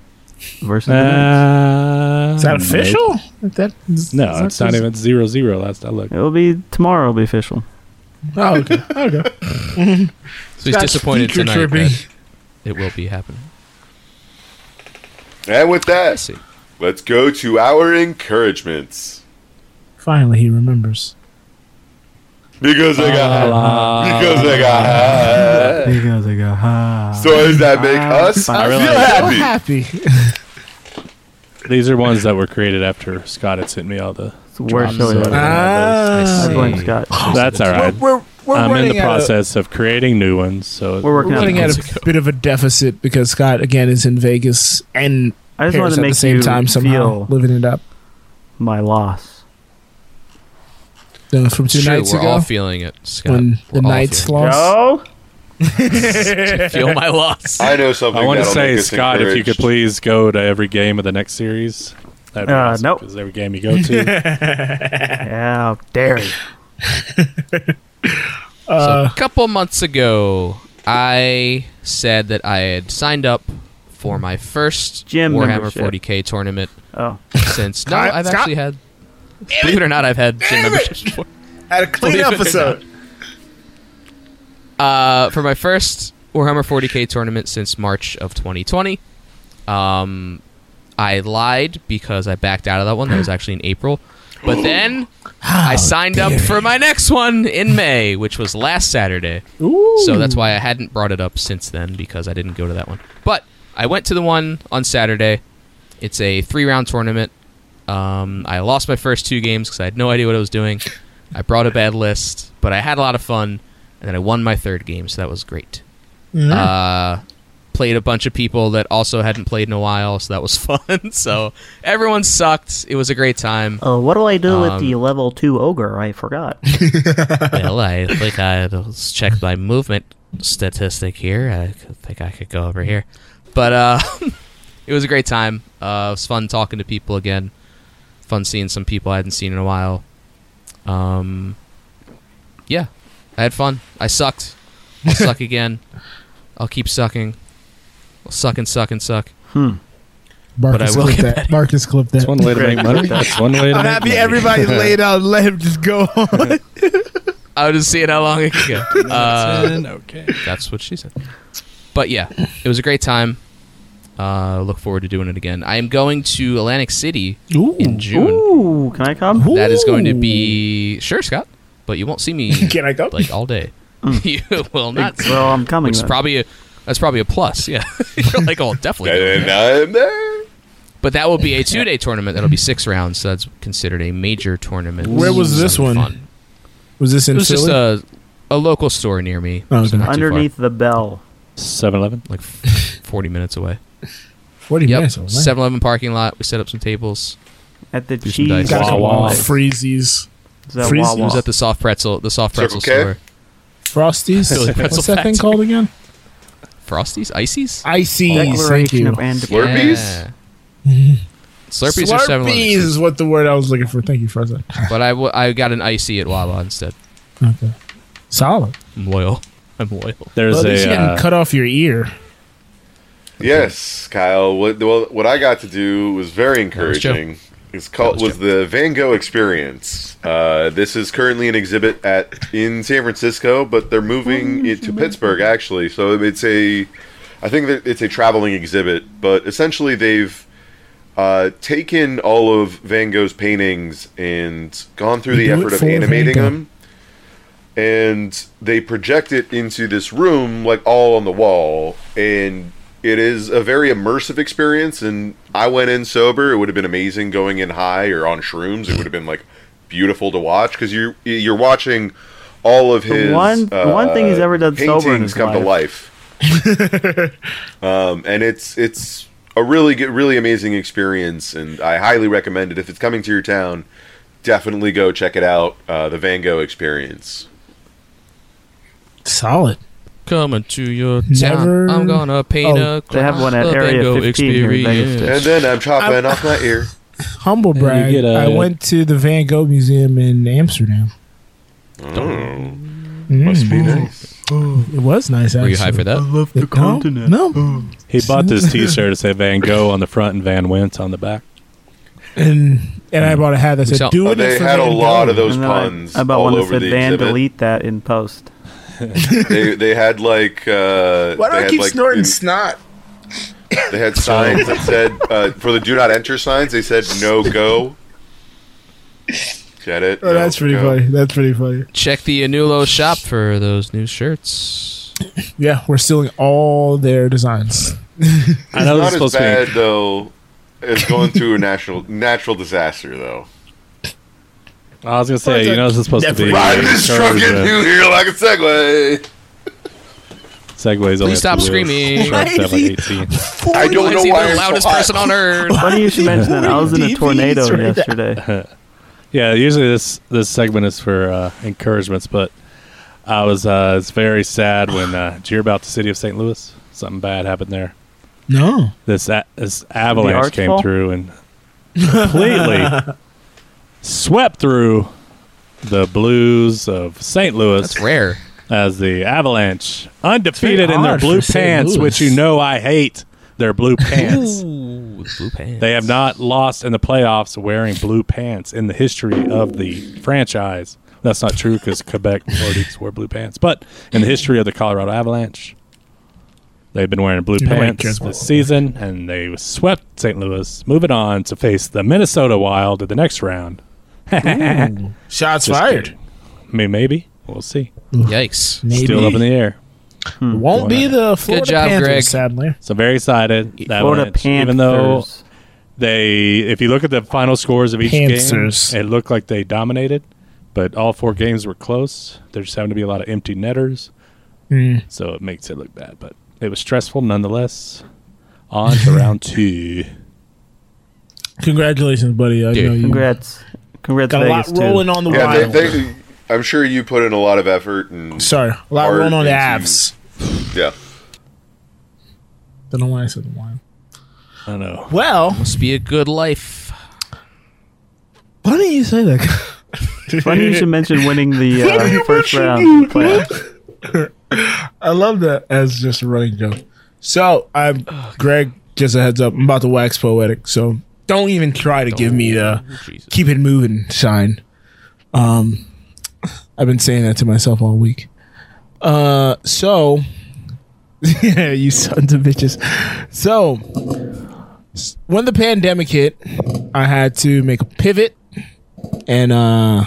Speaker 6: versus the Knicks.
Speaker 8: Uh,
Speaker 7: Is that official? Is that- is-
Speaker 8: No,
Speaker 7: is that
Speaker 8: it's not
Speaker 7: just-
Speaker 8: even it's zero zero. Last I looked,
Speaker 6: It'll be tomorrow. It'll be official.
Speaker 7: Oh, okay. okay.
Speaker 5: So he's
Speaker 7: That's
Speaker 5: disappointed
Speaker 7: future
Speaker 5: tonight.
Speaker 7: trippy.
Speaker 5: that It will be happening.
Speaker 4: And with
Speaker 5: I
Speaker 4: that,
Speaker 5: see.
Speaker 4: let's go to our encouragements.
Speaker 7: Finally, he remembers.
Speaker 4: Because I got high. Because I got high.
Speaker 6: Because I got high.
Speaker 4: Stories that make us
Speaker 6: I
Speaker 4: feel
Speaker 8: realize-
Speaker 7: So
Speaker 4: happy.
Speaker 7: happy.
Speaker 8: these are ones that were created after Scott had sent me all the.
Speaker 6: It's the worst show
Speaker 8: drops, so
Speaker 6: ever.
Speaker 7: Ah.
Speaker 5: I
Speaker 6: I blame
Speaker 5: see.
Speaker 6: Scott.
Speaker 8: That's all right.
Speaker 7: We're, Oh, we're
Speaker 8: I'm in
Speaker 7: running
Speaker 8: the
Speaker 7: out of-
Speaker 8: process of creating new ones, so
Speaker 6: We're working
Speaker 7: we're running
Speaker 6: on
Speaker 7: out
Speaker 6: it.
Speaker 7: of a bit of a deficit because Scott again is in Vegas and
Speaker 6: I just
Speaker 7: Paris
Speaker 6: wanted to
Speaker 7: at
Speaker 6: make
Speaker 7: the same
Speaker 6: you
Speaker 7: time somehow
Speaker 6: feel
Speaker 7: living it up.
Speaker 6: my loss.
Speaker 7: Uh, from two
Speaker 5: It's true,
Speaker 7: nights
Speaker 5: we're all
Speaker 7: ago,
Speaker 5: feeling it, Scott.
Speaker 7: when
Speaker 5: We're
Speaker 7: the
Speaker 5: all
Speaker 7: Knights
Speaker 5: feeling
Speaker 7: lost,
Speaker 5: it. feel my loss.
Speaker 4: I know something.
Speaker 8: I want to
Speaker 4: that'll
Speaker 8: say,
Speaker 4: make us
Speaker 8: Scott, if you
Speaker 4: encouraged.
Speaker 8: could please go to every game of the next series. That'd be
Speaker 6: Uh,
Speaker 8: awesome,
Speaker 6: nope.
Speaker 8: 'cause every game you go to,
Speaker 6: How dare you?
Speaker 7: Uh,
Speaker 5: so a couple months ago, I said that I had signed up for my first
Speaker 6: Gym
Speaker 5: Warhammer
Speaker 6: membership.
Speaker 5: 40k tournament
Speaker 6: Oh,
Speaker 5: since. No, I've actually had. Believe it or not, I've had gym memberships before.
Speaker 7: had a clean
Speaker 5: Believe it or episode. uh, for my first Warhammer 40k tournament since March of 2020. Um, I lied because I backed out of that one. That was actually in April. But then I signed up for my next one in May, which was last Saturday. So that's why I hadn't brought it up since then because I didn't go to that one. But I went to the one on Saturday. It's a three round tournament. Um, I lost my first two games because I had no idea what I was doing. I brought a bad list, but I had a lot of fun, and then I won my third game, so that was great. Uh, played a bunch of people that also hadn't played in a while, so that was fun. so everyone sucked. It was a great time.
Speaker 6: Oh, what do I do with the
Speaker 5: Um,
Speaker 6: level two ogre? I forgot.
Speaker 5: well, I think I let's check my movement statistic here. I could- think I could go over here, but uh, it was a great time. Uh, it was fun talking to people again. Fun seeing some people I hadn't seen in a while. Um, yeah, I had fun. I sucked. I'll suck again. I'll keep sucking. I'll suck and suck and suck. I
Speaker 7: Marcus
Speaker 5: will
Speaker 7: clip
Speaker 5: get
Speaker 7: that. Marcus clip
Speaker 8: That's one
Speaker 7: that.
Speaker 8: way to make money. That's one way to
Speaker 7: I'm
Speaker 8: make
Speaker 7: happy
Speaker 8: money.
Speaker 7: everybody laid out. Let him just go on.
Speaker 5: I was just seeing how long it could go. Uh,
Speaker 8: And okay.
Speaker 5: That's what she said. But yeah, it was a great time. Uh, look forward to doing it again. I am going to Atlantic City in June.
Speaker 6: Ooh, can I come?
Speaker 5: That is going to be sure, Scott, but you won't see me
Speaker 7: Can I go?
Speaker 5: like all day.
Speaker 7: Mm.
Speaker 5: you will not. see-
Speaker 6: Well, I'm coming.
Speaker 5: Which is
Speaker 6: then.
Speaker 5: probably a, that's probably a plus. Yeah, you're like oh definitely. go.
Speaker 4: And I'm there.
Speaker 5: But that will be a two day tournament. That'll be six rounds, so that's considered a major tournament.
Speaker 7: Where was
Speaker 5: So
Speaker 7: this
Speaker 5: that'll be
Speaker 7: one?
Speaker 5: fun.
Speaker 7: Was this
Speaker 5: It
Speaker 7: in
Speaker 5: was just uh,
Speaker 7: Philly?
Speaker 5: a a local store near me,
Speaker 7: Oh, okay.
Speaker 5: so not too far.
Speaker 6: Underneath the bell.
Speaker 8: 7 Eleven.
Speaker 5: like f- forty minutes away.
Speaker 7: what do you
Speaker 5: Yep.
Speaker 7: miss?
Speaker 5: 7 Eleven parking lot. We set up some tables.
Speaker 6: At the
Speaker 5: some dice.
Speaker 6: cheese.
Speaker 7: Gotta go
Speaker 8: Wawa.
Speaker 7: on Freezies,
Speaker 6: Is that
Speaker 7: Freeze-
Speaker 5: It was
Speaker 6: Wawa?
Speaker 5: at the soft pretzel, the soft pretzel
Speaker 4: Circle K?
Speaker 5: store.
Speaker 7: Frosties.
Speaker 5: Philly pretzel
Speaker 7: What's that thing
Speaker 5: factory.
Speaker 7: called again?
Speaker 5: Frosties? Icies?
Speaker 7: Icies. Thank
Speaker 6: Declaration
Speaker 7: you.
Speaker 6: of Independence.
Speaker 4: Slurpees?
Speaker 5: Yeah. Slurpees, are 7
Speaker 7: Slurpees is what the word I was looking for. Thank you for that.
Speaker 5: But I, w- I got an Icy at Wawa instead.
Speaker 7: Okay. Solid.
Speaker 5: I'm loyal. I'm loyal.
Speaker 8: There's
Speaker 7: Well, at least you
Speaker 8: a.
Speaker 7: didn't
Speaker 8: Uh,
Speaker 7: cut off your ear.
Speaker 4: Yes, Kyle. What well, what I got to do was very
Speaker 5: was Joe.
Speaker 4: encouraging. It's called
Speaker 5: That
Speaker 4: was,
Speaker 5: was
Speaker 4: the Van Gogh Experience. Uh, this is currently an exhibit at in San Francisco, but they're moving it to Pittsburgh actually. So it's a, I think that it's a traveling exhibit, but essentially they've uh, taken all of Van Gogh's paintings and gone through
Speaker 7: You
Speaker 4: the
Speaker 7: do
Speaker 4: effort
Speaker 7: it
Speaker 4: of
Speaker 7: for Van
Speaker 4: animating
Speaker 7: Gogh.
Speaker 4: them. And they project it into this room, like all on the wall. And it is a very immersive experience. And I went in sober. It would have been amazing going in high or on shrooms. It would have been like beautiful to watch because you're you're watching all of his
Speaker 6: one-
Speaker 4: uh,
Speaker 6: one thing he's ever done sober in
Speaker 4: paintings
Speaker 6: his
Speaker 4: come to
Speaker 6: life.
Speaker 4: life. Um, and it's it's a really good, really amazing experience, and I highly recommend it. If it's coming to your town, definitely go check it out. Uh, the Van Gogh Experience.
Speaker 7: Solid.
Speaker 5: Coming to your town.
Speaker 7: Never-
Speaker 5: I'm gonna paint
Speaker 7: Oh,
Speaker 5: a
Speaker 6: They have one at
Speaker 5: a
Speaker 6: Area
Speaker 5: bingo
Speaker 6: 15 here in Vegas.
Speaker 5: experience.
Speaker 4: And then I'm chopping off my ear.
Speaker 7: Humble
Speaker 8: you
Speaker 7: brag.
Speaker 8: get a-
Speaker 7: I went to the Van Gogh Museum in Amsterdam.
Speaker 4: Oh,
Speaker 7: Mm.
Speaker 4: must be nice.
Speaker 7: It was nice. Actually.
Speaker 5: Were you high for that?
Speaker 7: left the continent. No,
Speaker 8: he bought this T-shirt to say Van Gogh on the front and Van Wentz on the back.
Speaker 7: and and I bought a hat
Speaker 5: We
Speaker 7: that said
Speaker 5: sell-
Speaker 7: "Do
Speaker 4: Oh,
Speaker 7: it."
Speaker 4: they
Speaker 7: for
Speaker 4: had a
Speaker 7: Van
Speaker 4: lot
Speaker 7: Gogh."
Speaker 4: of those
Speaker 6: And then I-
Speaker 4: puns
Speaker 6: I bought
Speaker 4: all
Speaker 6: one
Speaker 4: over
Speaker 6: that
Speaker 4: the
Speaker 6: said Van,
Speaker 4: exhibit.
Speaker 6: delete that in post.
Speaker 4: They they had like uh,
Speaker 7: Why do
Speaker 4: they
Speaker 7: I
Speaker 4: had,
Speaker 7: keep
Speaker 4: like,
Speaker 7: snorting
Speaker 4: in-
Speaker 7: snot?
Speaker 4: They had signs that said uh, for the do not enter signs. They said no go. Get it?
Speaker 7: Oh, that's
Speaker 4: No
Speaker 7: pretty
Speaker 4: go.
Speaker 7: funny. That's pretty funny.
Speaker 5: Check the Anulo shop for those new shirts.
Speaker 7: Yeah, we're stealing all their designs.
Speaker 8: I know this
Speaker 4: It's
Speaker 8: is
Speaker 4: not as
Speaker 8: supposed to
Speaker 4: bad
Speaker 8: be.
Speaker 4: though. It's going through a national natural disaster though.
Speaker 8: I was gonna say, you know, this is supposed to be.
Speaker 4: Riding this truck
Speaker 8: Charles,
Speaker 4: into
Speaker 8: uh,
Speaker 4: here like a Segway.
Speaker 8: Segways only
Speaker 5: Please stop
Speaker 8: have two wheels.
Speaker 5: screaming.
Speaker 8: Sharks have, like,
Speaker 7: Crazy.
Speaker 8: 18.
Speaker 4: I don't
Speaker 5: Why
Speaker 4: know
Speaker 5: is he
Speaker 4: why
Speaker 5: the
Speaker 4: I'm
Speaker 5: loudest
Speaker 4: so hot.
Speaker 5: person on earth?
Speaker 6: Funny you should mention that. I was in a
Speaker 7: DVDs
Speaker 6: tornado
Speaker 7: right now.
Speaker 6: yesterday.
Speaker 8: Yeah, usually this this segment is for uh, encouragements, but I was uh, it's very sad when uh, did you hear about the city of St. Louis? Something bad happened there.
Speaker 7: No,
Speaker 8: This a- this
Speaker 6: arch
Speaker 8: avalanche came
Speaker 6: fall?
Speaker 8: through and completely swept through the blues of St. Louis
Speaker 5: That's rare.
Speaker 8: as the Avalanche, undefeated
Speaker 7: It's
Speaker 8: in their
Speaker 7: odd
Speaker 8: blue
Speaker 7: for St.
Speaker 8: pants,
Speaker 7: Louis.
Speaker 8: which you know I hate. Their blue pants.
Speaker 5: Ooh, blue pants.
Speaker 8: They have not lost in the playoffs wearing blue pants in the history of the franchise. That's not true because Quebec Nordiques wore blue pants, but in the history of the Colorado Avalanche, they've been wearing blue
Speaker 7: Nobody
Speaker 8: pants
Speaker 7: cares about
Speaker 8: this season, and they swept St. Louis, moving on to face the Minnesota Wild in the next round.
Speaker 7: shots
Speaker 8: Just
Speaker 7: fired.
Speaker 8: kidding. I mean, maybe we'll see.
Speaker 5: Yikes.
Speaker 7: Maybe.
Speaker 8: Still up in the air.
Speaker 7: Won't be the Florida
Speaker 5: job,
Speaker 7: Panthers,
Speaker 5: Greg.
Speaker 7: sadly.
Speaker 8: So very excited. that
Speaker 6: Florida
Speaker 8: Avalanche,
Speaker 6: Panthers.
Speaker 8: even though They, if you look at the final scores of each
Speaker 7: Panthers.
Speaker 8: game, it looked like they dominated, but all four games were close. There just happened to be a lot of empty netters,
Speaker 7: Mm.
Speaker 8: so it makes it look bad. But it was stressful nonetheless. On to round two.
Speaker 7: Congratulations, buddy. I
Speaker 5: Dude.
Speaker 7: know you
Speaker 6: Congrats. Congrats,
Speaker 7: got a
Speaker 6: Vegas,
Speaker 7: lot rolling
Speaker 6: too.
Speaker 7: on the
Speaker 4: Yeah,
Speaker 7: wild.
Speaker 4: they, they, I'm sure you put in a lot of effort and
Speaker 7: Sorry, a lot
Speaker 4: Hard
Speaker 7: rolling on the
Speaker 4: into-
Speaker 7: abs.
Speaker 4: yeah.
Speaker 7: Don't know why I said the wild.
Speaker 8: I don't know.
Speaker 7: Well,
Speaker 5: Must be a good life.
Speaker 7: why didn't you say that?
Speaker 6: Funny you should mention winning the uh, first round playoff.
Speaker 7: I love that as just a running joke. So I'm Greg. Just a heads up, I'm about to wax poetic. So don't even try to give me the
Speaker 5: Jesus.
Speaker 7: keep it moving sign. Um, I've been saying that to myself all week. Uh, so yeah, you sons of bitches. So s- when the pandemic hit, I had to make a pivot, and uh,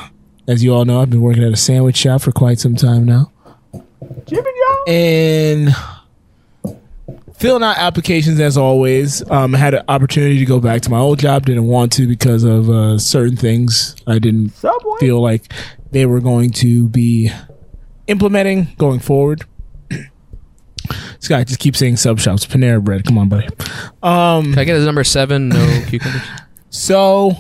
Speaker 7: as you all know, I've been working at a sandwich shop for quite some time now. And filling out applications as always. Um, I had an opportunity to go back to my old job. Didn't want to because of uh, certain things I didn't
Speaker 6: Subway.
Speaker 7: feel like they were going to be implementing going forward. this guy just keeps saying sub shops, Panera Bread. Come on, buddy. Um,
Speaker 5: Can I get a number seven? No cucumbers.
Speaker 7: so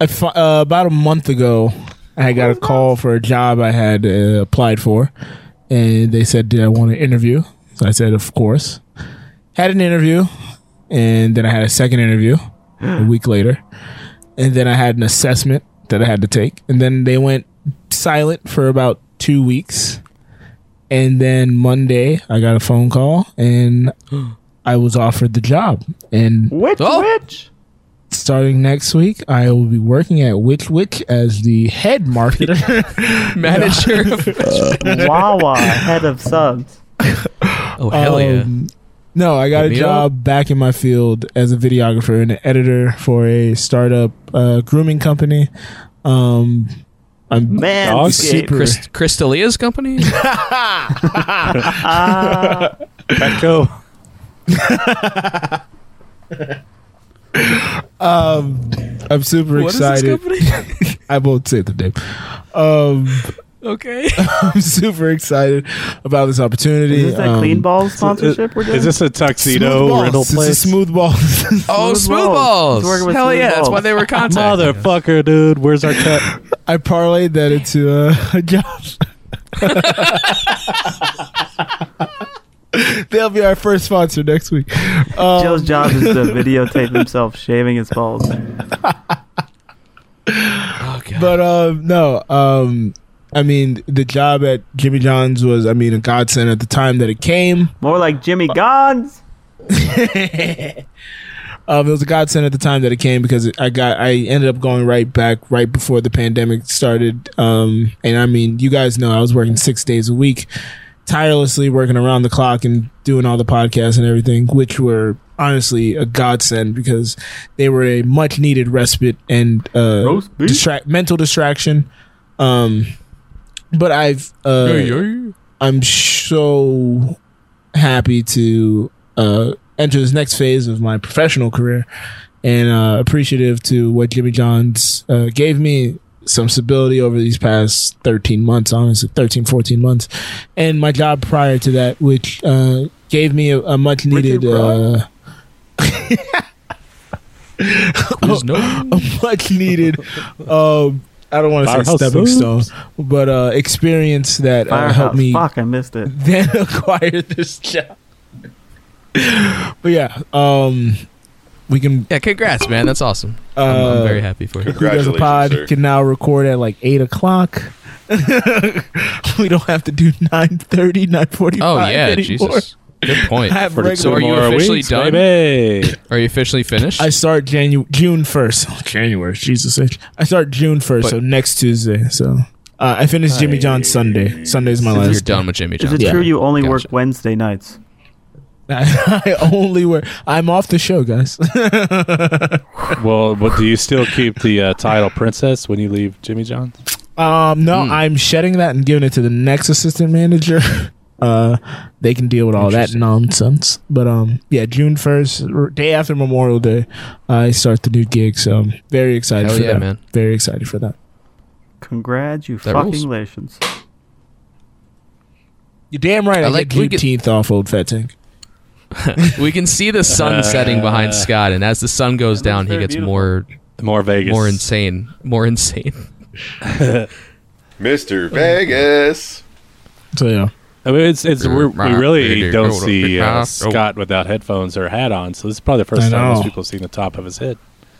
Speaker 7: I fi- uh, about a month ago, I got a call for a job I had uh, applied for, and they said, "Did I want to interview?" So I said, "Of course." Had an interview, and then I had a second interview a week later, and then I had an assessment that I had to take, and then they went silent for about two weeks, and then Monday I got a phone call, and I was offered the job, and
Speaker 6: Which
Speaker 5: Oh.
Speaker 6: which?
Speaker 7: starting next week, I will be working at Witch Witch as the head marketer.
Speaker 5: Manager. of-
Speaker 6: Wawa, head of subs.
Speaker 5: oh hell yeah!
Speaker 7: Um, no, I got
Speaker 5: Hit
Speaker 7: a
Speaker 5: me
Speaker 7: job back in my field as a videographer and an editor for a startup uh, grooming company. Um, I'm
Speaker 6: Man,
Speaker 8: Dogs?
Speaker 6: escape.
Speaker 7: super-
Speaker 5: Chris, Chris D'Elia's company.
Speaker 6: Ah,
Speaker 8: Petco.
Speaker 7: Um, I'm super
Speaker 5: What is this
Speaker 7: excited.
Speaker 5: company?
Speaker 7: I won't say the name. Um,
Speaker 5: Okay. Oh,
Speaker 7: I'm super excited about this opportunity.
Speaker 6: is this that
Speaker 7: Um,
Speaker 6: clean ball sponsorship we're doing?
Speaker 8: Is this a
Speaker 7: Smooth
Speaker 8: tuxedo
Speaker 7: balls.
Speaker 8: rental
Speaker 7: It's a
Speaker 8: place?
Speaker 7: smooth balls.
Speaker 5: Oh,
Speaker 6: Smooth
Speaker 5: smooth
Speaker 6: Balls.
Speaker 5: balls.
Speaker 6: He's working with
Speaker 5: Hell
Speaker 6: Smooth
Speaker 5: yeah! That's
Speaker 6: Balls.
Speaker 5: why they were contacting. us.
Speaker 8: Motherfucker, dude, where's our cut?
Speaker 7: I parlayed that into uh, a job. They'll be our first sponsor next week. Um,
Speaker 6: Joe's job is to videotape himself shaving his balls.
Speaker 5: Oh, God.
Speaker 7: but um, no, um, I mean the job at Jimmy John's was, I mean, a godsend at the time that it came.
Speaker 6: More like Jimmy Gons.
Speaker 7: Um, it was a godsend at the time that it came because I got I ended up going right back right before the pandemic started. Um, and I mean, you guys know I was working six days a week, tirelessly working around the clock and doing all the podcasts and everything, which were honestly a godsend because they were a much needed respite and uh, distract mental distraction. Um, but I've uh, I'm so happy to uh, enter this next phase of my professional career and uh, appreciative to what Jimmy John's uh, gave me some stability over these past 13 months, honestly, 13, 14 months. And my job prior to that, which uh, gave me a, a much needed. Uh,
Speaker 5: There's no-
Speaker 7: much needed. Um, I don't want to say
Speaker 8: Firehouse
Speaker 7: stepping stone,
Speaker 8: Subs.
Speaker 7: but uh, experience that uh,
Speaker 6: Firehouse.
Speaker 7: helped me
Speaker 6: Fuck, I missed it.
Speaker 7: then acquire this job. but yeah, um, we can.
Speaker 5: Yeah, congrats, man. That's awesome.
Speaker 7: Uh,
Speaker 5: I'm, I'm very happy for you.
Speaker 7: who does a
Speaker 4: Congratulations,
Speaker 7: pod
Speaker 4: sir.
Speaker 7: can now record at like eight o'clock. we don't have to do nine thirty, nine forty-five.
Speaker 5: Oh yeah,
Speaker 7: anymore.
Speaker 5: Jesus. Good point.
Speaker 7: I have
Speaker 5: For-
Speaker 7: regular-
Speaker 5: so are you
Speaker 8: Tomorrow
Speaker 5: officially
Speaker 8: weeks,
Speaker 5: done?
Speaker 8: Baby.
Speaker 5: Are you officially finished?
Speaker 7: I start Janu- June first. January, Jesus. H. I start June first,
Speaker 5: But-
Speaker 7: so next Tuesday. So uh, I finish Jimmy John Sunday. Sunday's my
Speaker 5: You're
Speaker 7: last.
Speaker 5: done with Jimmy
Speaker 6: Is
Speaker 5: Johnson.
Speaker 6: it true you only work
Speaker 5: Gotcha.
Speaker 6: Wednesday nights?
Speaker 7: I, only work. I'm off the show, guys.
Speaker 8: Well, but do you still keep the uh, title princess when you leave Jimmy John's?
Speaker 7: Um, no, I'm shedding that and giving it to the next assistant manager. Uh, they can deal with all that nonsense. But um, yeah, June first, day after Memorial Day, I start the new gig. So I'm very excited
Speaker 5: Hell
Speaker 7: for
Speaker 5: yeah,
Speaker 7: that.
Speaker 5: man.
Speaker 7: Very excited for that.
Speaker 5: That rules.
Speaker 6: Congratulations.
Speaker 7: You're damn right.
Speaker 5: I
Speaker 7: I, like
Speaker 5: like-
Speaker 7: get
Speaker 5: we get-
Speaker 7: Juneteenth off old Fat Tank.
Speaker 5: we can see the sun setting behind Scott, and as the sun goes down, he
Speaker 2: very
Speaker 5: gets
Speaker 2: beautiful.
Speaker 5: more
Speaker 8: More Vegas.
Speaker 5: more insane, more insane.
Speaker 7: Oh.
Speaker 4: Mr. Vegas.
Speaker 7: So yeah,
Speaker 8: I mean, it's it's we're, we really don't see
Speaker 5: Oh.
Speaker 8: uh, Scott without headphones or hat on, so this is probably the
Speaker 7: I
Speaker 8: first time
Speaker 7: know.
Speaker 8: most people have seen the top of his head.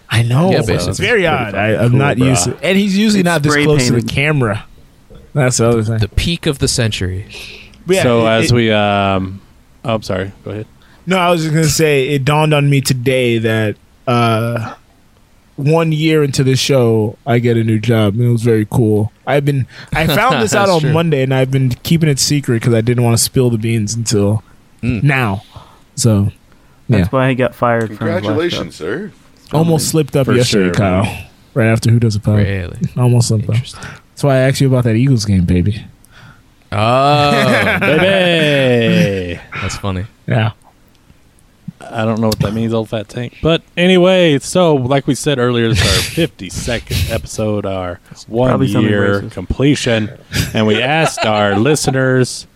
Speaker 7: I know.
Speaker 5: Yeah,
Speaker 7: it's
Speaker 5: basically.
Speaker 7: very odd. I, I'm
Speaker 8: Cool,
Speaker 7: not used to,
Speaker 8: bruh.
Speaker 7: and he's usually
Speaker 6: It's
Speaker 7: not this
Speaker 6: spray
Speaker 7: close to
Speaker 6: painted.
Speaker 7: the camera. That's the other thing.
Speaker 5: The peak of the century.
Speaker 7: But yeah,
Speaker 8: so
Speaker 7: it-
Speaker 8: as
Speaker 7: it-
Speaker 8: we, um, oh, I'm sorry, go ahead.
Speaker 7: No, I was just gonna say it dawned on me today that uh, one year into the show, I get a new job, and it was very cool. I've been I found this out
Speaker 5: That's
Speaker 7: on
Speaker 5: true.
Speaker 7: Monday, and I've been keeping it secret because I didn't want to spill the beans until
Speaker 5: Mm.
Speaker 7: now. So
Speaker 6: That's why he got fired from his last job.
Speaker 4: Congratulations, sir.
Speaker 7: almost slipped up
Speaker 8: For
Speaker 7: yesterday,
Speaker 8: sure,
Speaker 7: Kyle.
Speaker 8: man.
Speaker 7: Right after who does a pod?
Speaker 5: Really
Speaker 7: Almost slipped up.
Speaker 5: interesting.
Speaker 7: That's why I asked you about that Eagles game, baby.
Speaker 5: Oh,
Speaker 8: Baby!
Speaker 5: that's funny.
Speaker 7: Yeah.
Speaker 8: I don't know what that means, old fat tank. But anyway, so like we said earlier, this is our 52nd episode, our one
Speaker 6: probably something
Speaker 8: year
Speaker 6: racist.
Speaker 8: completion. And we asked our listeners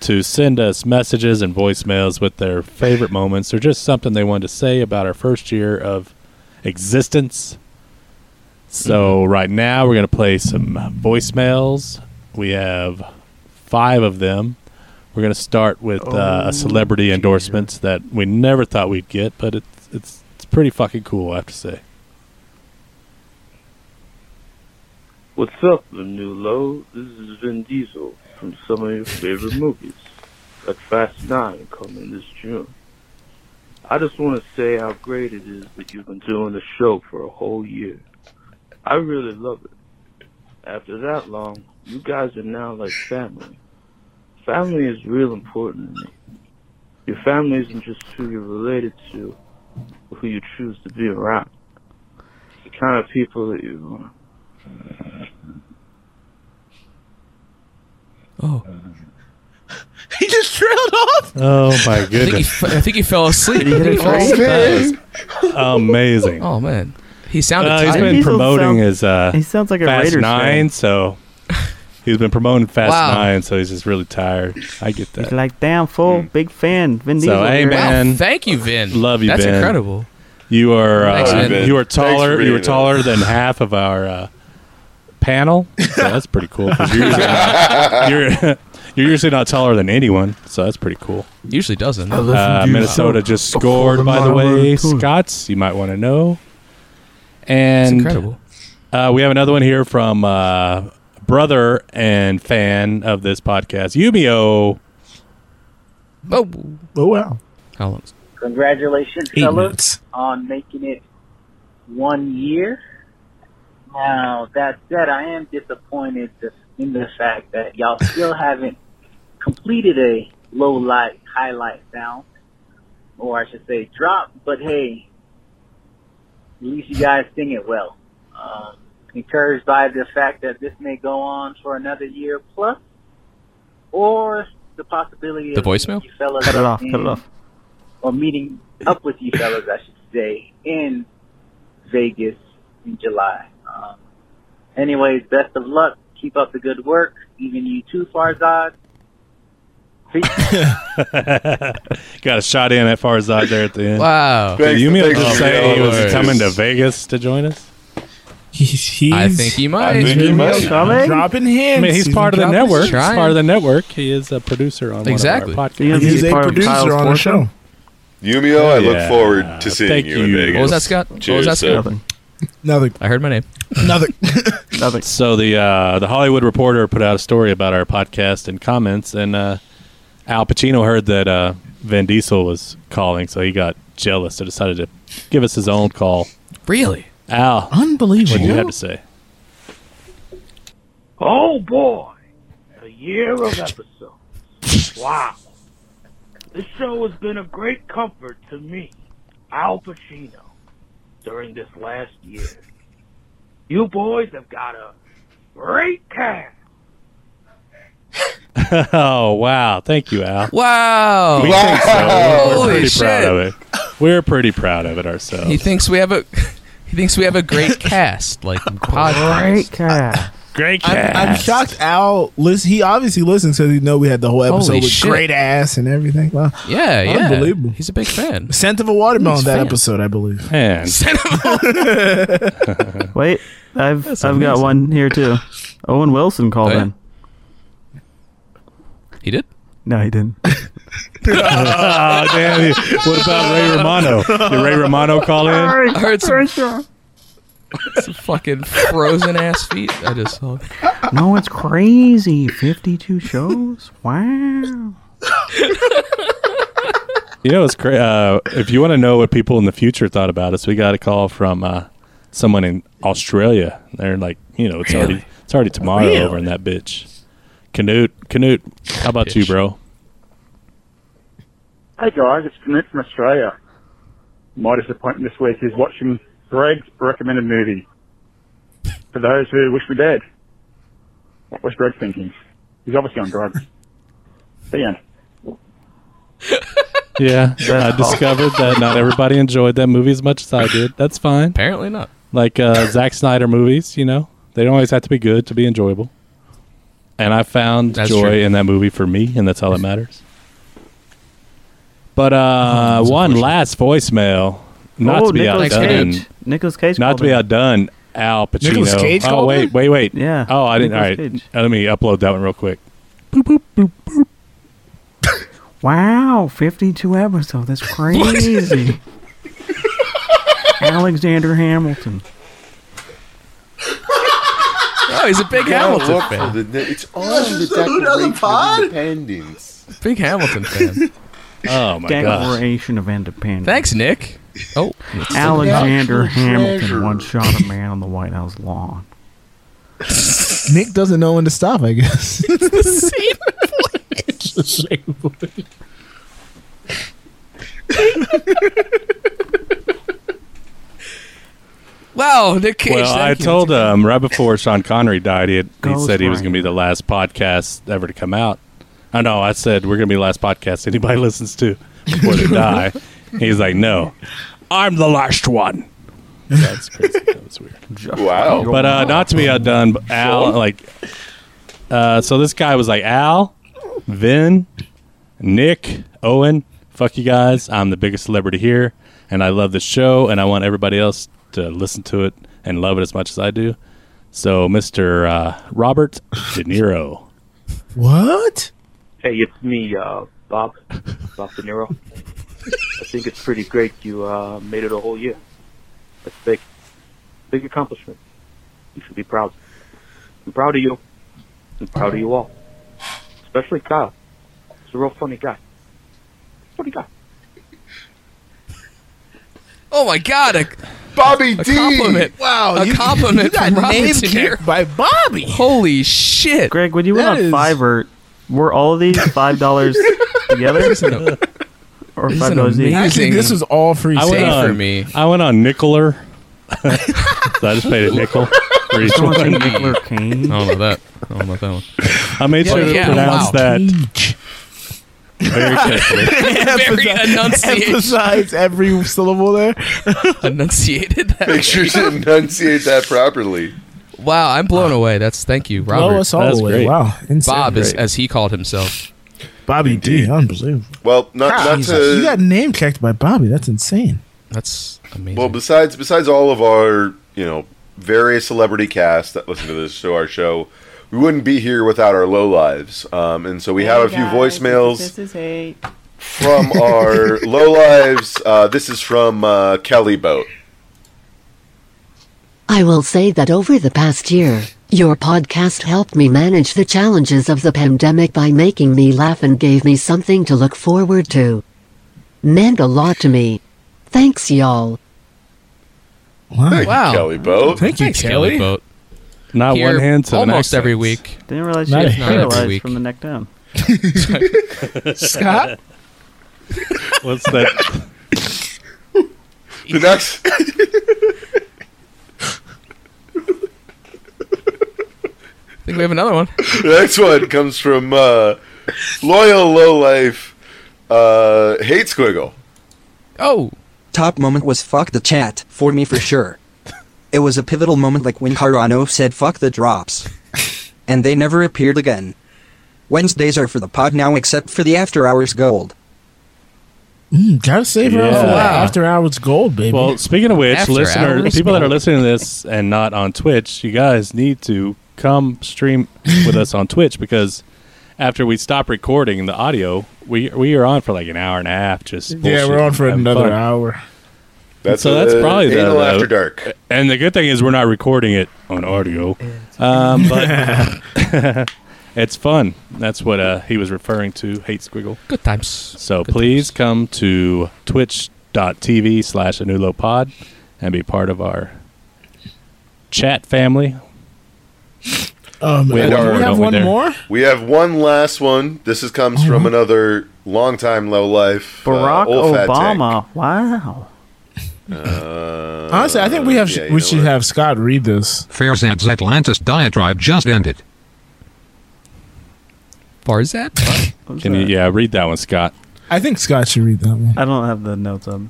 Speaker 8: to send us messages and voicemails with their favorite moments or just something they wanted to say about our first year of existence. So
Speaker 6: Mm-hmm.
Speaker 8: right now, we're going to play some voicemails. We have five of them. We're going to start with uh, a celebrity endorsements that we never thought we'd get, but it's it's it's pretty fucking cool, I have to say.
Speaker 9: What's up, the new low? This is Vin Diesel from some of your favorite movies, like Fast Nine coming this June. I just want to say how great it is that you've been doing the show for a whole year. I really love it. After that long, you guys are now like family. Family is real important to me. Your family isn't just who you're related to, but who you choose to be around. It's the kind of people that you
Speaker 5: Oh,
Speaker 7: He just trailed off.
Speaker 8: Oh
Speaker 5: I
Speaker 8: my
Speaker 5: think, he,
Speaker 8: goodness!
Speaker 5: f- I think he fell asleep.
Speaker 8: Oh, that's amazing.
Speaker 5: oh man, he sounded
Speaker 8: Uh, he's
Speaker 5: tired.
Speaker 8: been
Speaker 6: Diesel
Speaker 8: promoting
Speaker 6: sound-
Speaker 8: his uh,
Speaker 6: He sounds like a
Speaker 8: Fast
Speaker 6: Raiders
Speaker 8: Nine, so he's been promoting Fast
Speaker 5: Wow.
Speaker 8: Nine, so he's just really tired. I get
Speaker 6: fan. He's
Speaker 8: that.
Speaker 6: like, damn fool, big fan. Vin
Speaker 8: So,
Speaker 6: Diesel.
Speaker 8: hey,
Speaker 6: here.
Speaker 8: man.
Speaker 5: Wow,
Speaker 8: and-
Speaker 5: thank you, Vin.
Speaker 8: Love you,
Speaker 5: That's
Speaker 8: Ben.
Speaker 5: incredible.
Speaker 8: You are
Speaker 5: Thanks,
Speaker 8: uh,
Speaker 5: man.
Speaker 8: you are
Speaker 4: Thanks for
Speaker 8: taller you
Speaker 4: reading
Speaker 8: are
Speaker 4: that.
Speaker 8: taller than half of our uh, panel, so that's pretty cool. 'cause You're usually, not, you're, you're usually not taller than anyone, so that's pretty cool.
Speaker 5: Usually doesn't.
Speaker 8: Uh, Minnesota just scored, by the way, Scots. You might want to know.
Speaker 5: It's
Speaker 8: And
Speaker 5: incredible.
Speaker 8: uh, we have another one here from uh, brother and fan of this podcast, Yumio.
Speaker 5: Oh,
Speaker 7: Oh wow.
Speaker 5: how long?
Speaker 10: Congratulations,
Speaker 7: Eight
Speaker 10: fellas,
Speaker 7: minutes.
Speaker 10: on making it one year. Now, that said, I am disappointed th- in the fact that y'all still haven't completed a low light, highlight sound, or I should say drop, but hey, at least you guys sing it well. Um, encouraged by the fact that this may go on for another year plus, or the possibility
Speaker 5: The
Speaker 10: of
Speaker 5: voicemail?
Speaker 10: you fellas
Speaker 6: Cut it off, cut
Speaker 10: in-
Speaker 6: it off.
Speaker 10: or Mm. meeting up with you fellas, I should say, in Vegas in July. Um, anyways, best of luck. Keep up the good work. Even you too, Farzad. Peace.
Speaker 8: Got a shot in at Farzad there at the end.
Speaker 5: Wow.
Speaker 8: Did
Speaker 4: Thanks-
Speaker 8: Yumio
Speaker 4: thanks
Speaker 8: just
Speaker 4: for
Speaker 8: say he
Speaker 4: your
Speaker 8: was
Speaker 4: words.
Speaker 8: coming to Vegas to join us?
Speaker 7: He's, he's
Speaker 5: I think he might.
Speaker 4: I think he
Speaker 7: Yumio's
Speaker 4: might.
Speaker 6: Coming?
Speaker 7: dropping hints.
Speaker 8: I mean, he's part of the
Speaker 5: dropping-
Speaker 8: network. He's
Speaker 5: trying.
Speaker 8: part of the network. He is a producer on
Speaker 5: Exactly.
Speaker 8: one of
Speaker 6: He
Speaker 8: our
Speaker 6: is-
Speaker 8: podcasts.
Speaker 7: He's
Speaker 6: He's
Speaker 7: a
Speaker 6: part of
Speaker 7: producer on
Speaker 6: Kyle's
Speaker 7: the
Speaker 6: portion?
Speaker 7: show.
Speaker 4: Yumio, I
Speaker 8: Yeah.
Speaker 4: look forward to seeing
Speaker 8: Thank
Speaker 4: you, in
Speaker 8: you.
Speaker 4: Vegas.
Speaker 5: What was that, Scott? what
Speaker 4: Cheers,
Speaker 5: was that,
Speaker 4: sir.
Speaker 5: Scott?
Speaker 6: Nothing.
Speaker 7: Nothing.
Speaker 5: I heard my name.
Speaker 7: Nothing.
Speaker 6: Nothing.
Speaker 8: So the uh, the Hollywood Reporter put out a story about our podcast and comments, and uh, Al Pacino heard that uh, Vin Diesel was calling, so he got jealous and decided to give us his own call.
Speaker 5: Really?
Speaker 8: Al, what do you
Speaker 7: Unbelievable.
Speaker 8: have to say?
Speaker 9: Oh boy, a year of episodes. Wow. This show has been a great comfort to me, Al Pacino, during this last year. You boys have got a great cast.
Speaker 8: oh wow! Thank you, Al.
Speaker 5: Wow.
Speaker 8: We think so. We're, we're
Speaker 5: Holy
Speaker 8: pretty proud
Speaker 5: shit.
Speaker 8: of it. We're pretty proud of it ourselves.
Speaker 5: He thinks we have a he thinks we have a great cast, like podcast.
Speaker 6: Great cat.
Speaker 8: Great
Speaker 7: I'm, I'm shocked. Al, listen, he obviously listens because he know we had the whole episode
Speaker 5: Holy
Speaker 7: with
Speaker 5: shit.
Speaker 7: great ass and everything. Wow,
Speaker 5: Yeah, yeah.
Speaker 7: Unbelievable.
Speaker 5: He's a big fan.
Speaker 7: scent of a watermelon
Speaker 5: He's
Speaker 7: that
Speaker 5: fan.
Speaker 7: episode, I believe.
Speaker 8: Man,
Speaker 6: Wait, I've I've got one here too. Owen Wilson called
Speaker 5: Oh, yeah?
Speaker 6: in.
Speaker 5: He did?
Speaker 6: No, he didn't.
Speaker 8: oh, damn you. What about Ray Romano? Did Ray Romano call in?
Speaker 5: I heard some, some fucking frozen ass feet. I just saw.
Speaker 6: No, it's crazy. Fifty-two shows. Wow.
Speaker 8: You know, it's crazy. Uh, if you want to know what people in the future thought about us, we got a call from uh, someone in Australia. They're like, you know, it's already it's already tomorrow over in that bitch. Canute, Canute, how about you,
Speaker 5: Bitch.
Speaker 8: bro?
Speaker 9: Hey guys, it's Knut from Australia. My disappointment this week is watching Greg's recommended movie. For those who wish me dead. What was Greg thinking? He's obviously on drugs. The end.
Speaker 8: Yeah, I discovered that not everybody enjoyed that movie as much as I did. That's fine.
Speaker 5: Apparently not.
Speaker 8: like uh, Zack Snyder movies. You know, they don't always have to be good to be enjoyable. And I found
Speaker 5: That's
Speaker 8: joy
Speaker 5: true.
Speaker 8: in that movie for me, and that's all that matters. But uh, one last voicemail, not
Speaker 6: oh,
Speaker 8: to be
Speaker 6: Nicholas
Speaker 8: outdone,
Speaker 6: Cage. Nicholas Cage.
Speaker 8: not
Speaker 6: called
Speaker 8: to be
Speaker 6: in.
Speaker 8: outdone. Al
Speaker 7: Nicolas
Speaker 8: Pacino.
Speaker 7: Cage
Speaker 8: oh
Speaker 7: called
Speaker 8: wait,
Speaker 7: it?
Speaker 8: wait, wait.
Speaker 6: Yeah,
Speaker 8: Oh, I didn't. All right,
Speaker 6: Nicolas Cage.
Speaker 8: let me upload that one real quick.
Speaker 6: Wow, 52 episodes. That's crazy. Alexander Hamilton.
Speaker 5: Oh, he's a big Hamilton
Speaker 4: look
Speaker 5: fan.
Speaker 4: for the- It's on the Declaration of Independence.
Speaker 5: Big Hamilton fan.
Speaker 8: Oh my gosh.
Speaker 6: Declaration of Independence.
Speaker 5: Thanks, Nick. Oh,
Speaker 6: Alexander
Speaker 4: National
Speaker 6: Hamilton
Speaker 4: treasure.
Speaker 6: once shot a man on the White House lawn.
Speaker 7: Nick doesn't know when to stop. I guess.
Speaker 5: wow, Nick Cage.
Speaker 8: Well, I
Speaker 5: thank you.
Speaker 8: told um, right before Sean Connery died, he, had, he
Speaker 6: Ghost
Speaker 8: said he was
Speaker 6: Rider.
Speaker 8: going to be the last podcast ever to come out. I know. I said we're going to be the last podcast anybody listens to before they die. He's like, no, I'm the last one. That's crazy. that was weird.
Speaker 4: Wow.
Speaker 8: But uh, not to be outdone, but Al, like, uh, so this guy was like, Al, Vin, Nick, Owen, fuck you guys. I'm the biggest celebrity here, and I love the show, and I want everybody else to listen to it and love it as much as I do. So, Mr. Uh, Robert De Niro.
Speaker 7: what?
Speaker 9: Hey, it's me, uh, Bob. Bob De Niro. I think it's pretty great you uh, made it a whole year. That's big. Big accomplishment. You should be proud. I'm proud of you. I'm proud of you all. Especially Kyle. He's a real funny guy. Funny guy.
Speaker 5: Oh my God, a,
Speaker 4: Bobby
Speaker 5: a
Speaker 4: D.
Speaker 5: compliment!
Speaker 7: Oh,
Speaker 5: Wow, a compliment from Robert De Niro.
Speaker 7: by Bobby.
Speaker 5: Holy shit!
Speaker 6: Greg, when you went
Speaker 7: That
Speaker 6: on
Speaker 7: is-
Speaker 6: Fiverr, were all of these $5 together? Or
Speaker 5: is an
Speaker 6: $5 each?
Speaker 5: amazing-
Speaker 7: Actually, this was all free.
Speaker 8: I went
Speaker 5: Same
Speaker 7: sale.
Speaker 8: on
Speaker 5: for me.
Speaker 8: I went on Nickeler. so I just paid a nickel for each
Speaker 6: Someone say
Speaker 8: one.
Speaker 6: Nicola Cage?
Speaker 4: Oh.
Speaker 5: I don't know that. I don't know that one.
Speaker 8: I made sure to
Speaker 5: yeah,
Speaker 8: pronounce
Speaker 5: wow.
Speaker 8: that very carefully.
Speaker 5: Very enunciated.
Speaker 7: Emphasize every syllable there.
Speaker 5: enunciated that.
Speaker 4: Make sure to enunciate that properly.
Speaker 5: Wow, I'm blown away. That's thank you,
Speaker 7: Blow
Speaker 5: Robert.
Speaker 7: us all
Speaker 8: That's
Speaker 7: away.
Speaker 8: great.
Speaker 7: Wow. Insane.
Speaker 5: Bob, as, as he called himself.
Speaker 7: Bobby D. Unbelievable.
Speaker 4: Well, not not
Speaker 7: Jesus, you got
Speaker 4: to.
Speaker 7: name checked by Bobby. That's insane.
Speaker 5: That's amazing.
Speaker 4: Well, besides besides all of our you know various celebrity casts that listen to this to our show, we wouldn't be here without our low lives. Um, and so we have a few voicemails.
Speaker 6: is hate.
Speaker 4: from our low lives. Uh, this is from uh, Kelly Boat.
Speaker 11: I will say that over the past year, your podcast helped me manage the challenges of the pandemic by making me laugh and gave me something to look forward to. Meant a lot to me. Thanks, y'all.
Speaker 7: Wow.
Speaker 4: Thank
Speaker 5: Wow.
Speaker 4: you, Kelly Boat.
Speaker 7: Thank you,
Speaker 5: Thanks, Kelly. Boat.
Speaker 8: Not
Speaker 5: Here,
Speaker 8: one hand to the
Speaker 5: almost
Speaker 8: next
Speaker 5: every
Speaker 8: hand.
Speaker 5: week.
Speaker 6: Didn't realize
Speaker 7: Not a
Speaker 6: she was
Speaker 7: hate every
Speaker 6: paralyzed
Speaker 5: week.
Speaker 6: from the neck down.
Speaker 7: Scott.
Speaker 8: What's that?
Speaker 4: The next.
Speaker 5: think we have another one.
Speaker 4: The next one comes from uh, loyal low life uh, hate squiggle.
Speaker 5: Oh.
Speaker 12: Top moment was fuck the chat for me for sure. it was a pivotal moment like when Carano said fuck the drops. and they never appeared again. Wednesdays are for the pod now except for the after hours gold.
Speaker 7: Mm, gotta save her
Speaker 8: Yeah.
Speaker 7: for that after hours gold, baby.
Speaker 8: Well, speaking of which,
Speaker 7: After
Speaker 8: listener,
Speaker 7: hours?
Speaker 8: people that are listening to this and not on Twitch, you guys need to come stream with us on Twitch because after we stop recording the audio, we we are on for like an hour and a half. Just
Speaker 7: yeah, we're
Speaker 8: bullshitting,
Speaker 7: on for
Speaker 8: having
Speaker 7: another
Speaker 8: fun.
Speaker 7: hour.
Speaker 8: And so that's probably the
Speaker 4: anal
Speaker 8: the-
Speaker 4: after dark.
Speaker 8: And the good thing is we're not recording it on audio, um, but it's fun. That's what uh, he was referring to. Hate squiggle.
Speaker 5: Good times. So
Speaker 8: please come to twitch.tv slash anulopod and be part of our chat family.
Speaker 7: Um,
Speaker 8: We have one more, don't we, there?
Speaker 4: We have one last one. This is, comes from another longtime low life.
Speaker 6: Barack
Speaker 4: Uh, old fat
Speaker 6: Obama. Wow.
Speaker 4: tank. Uh,
Speaker 7: Honestly, I think we have
Speaker 4: yeah, you
Speaker 7: we
Speaker 4: know
Speaker 7: should have Scott read this.
Speaker 13: Farzad's Atlantis diatribe just ended.
Speaker 5: Farzad?
Speaker 8: Can you, yeah, read that one, Scott.
Speaker 7: I think Scott should read that one.
Speaker 6: I don't have the notes up.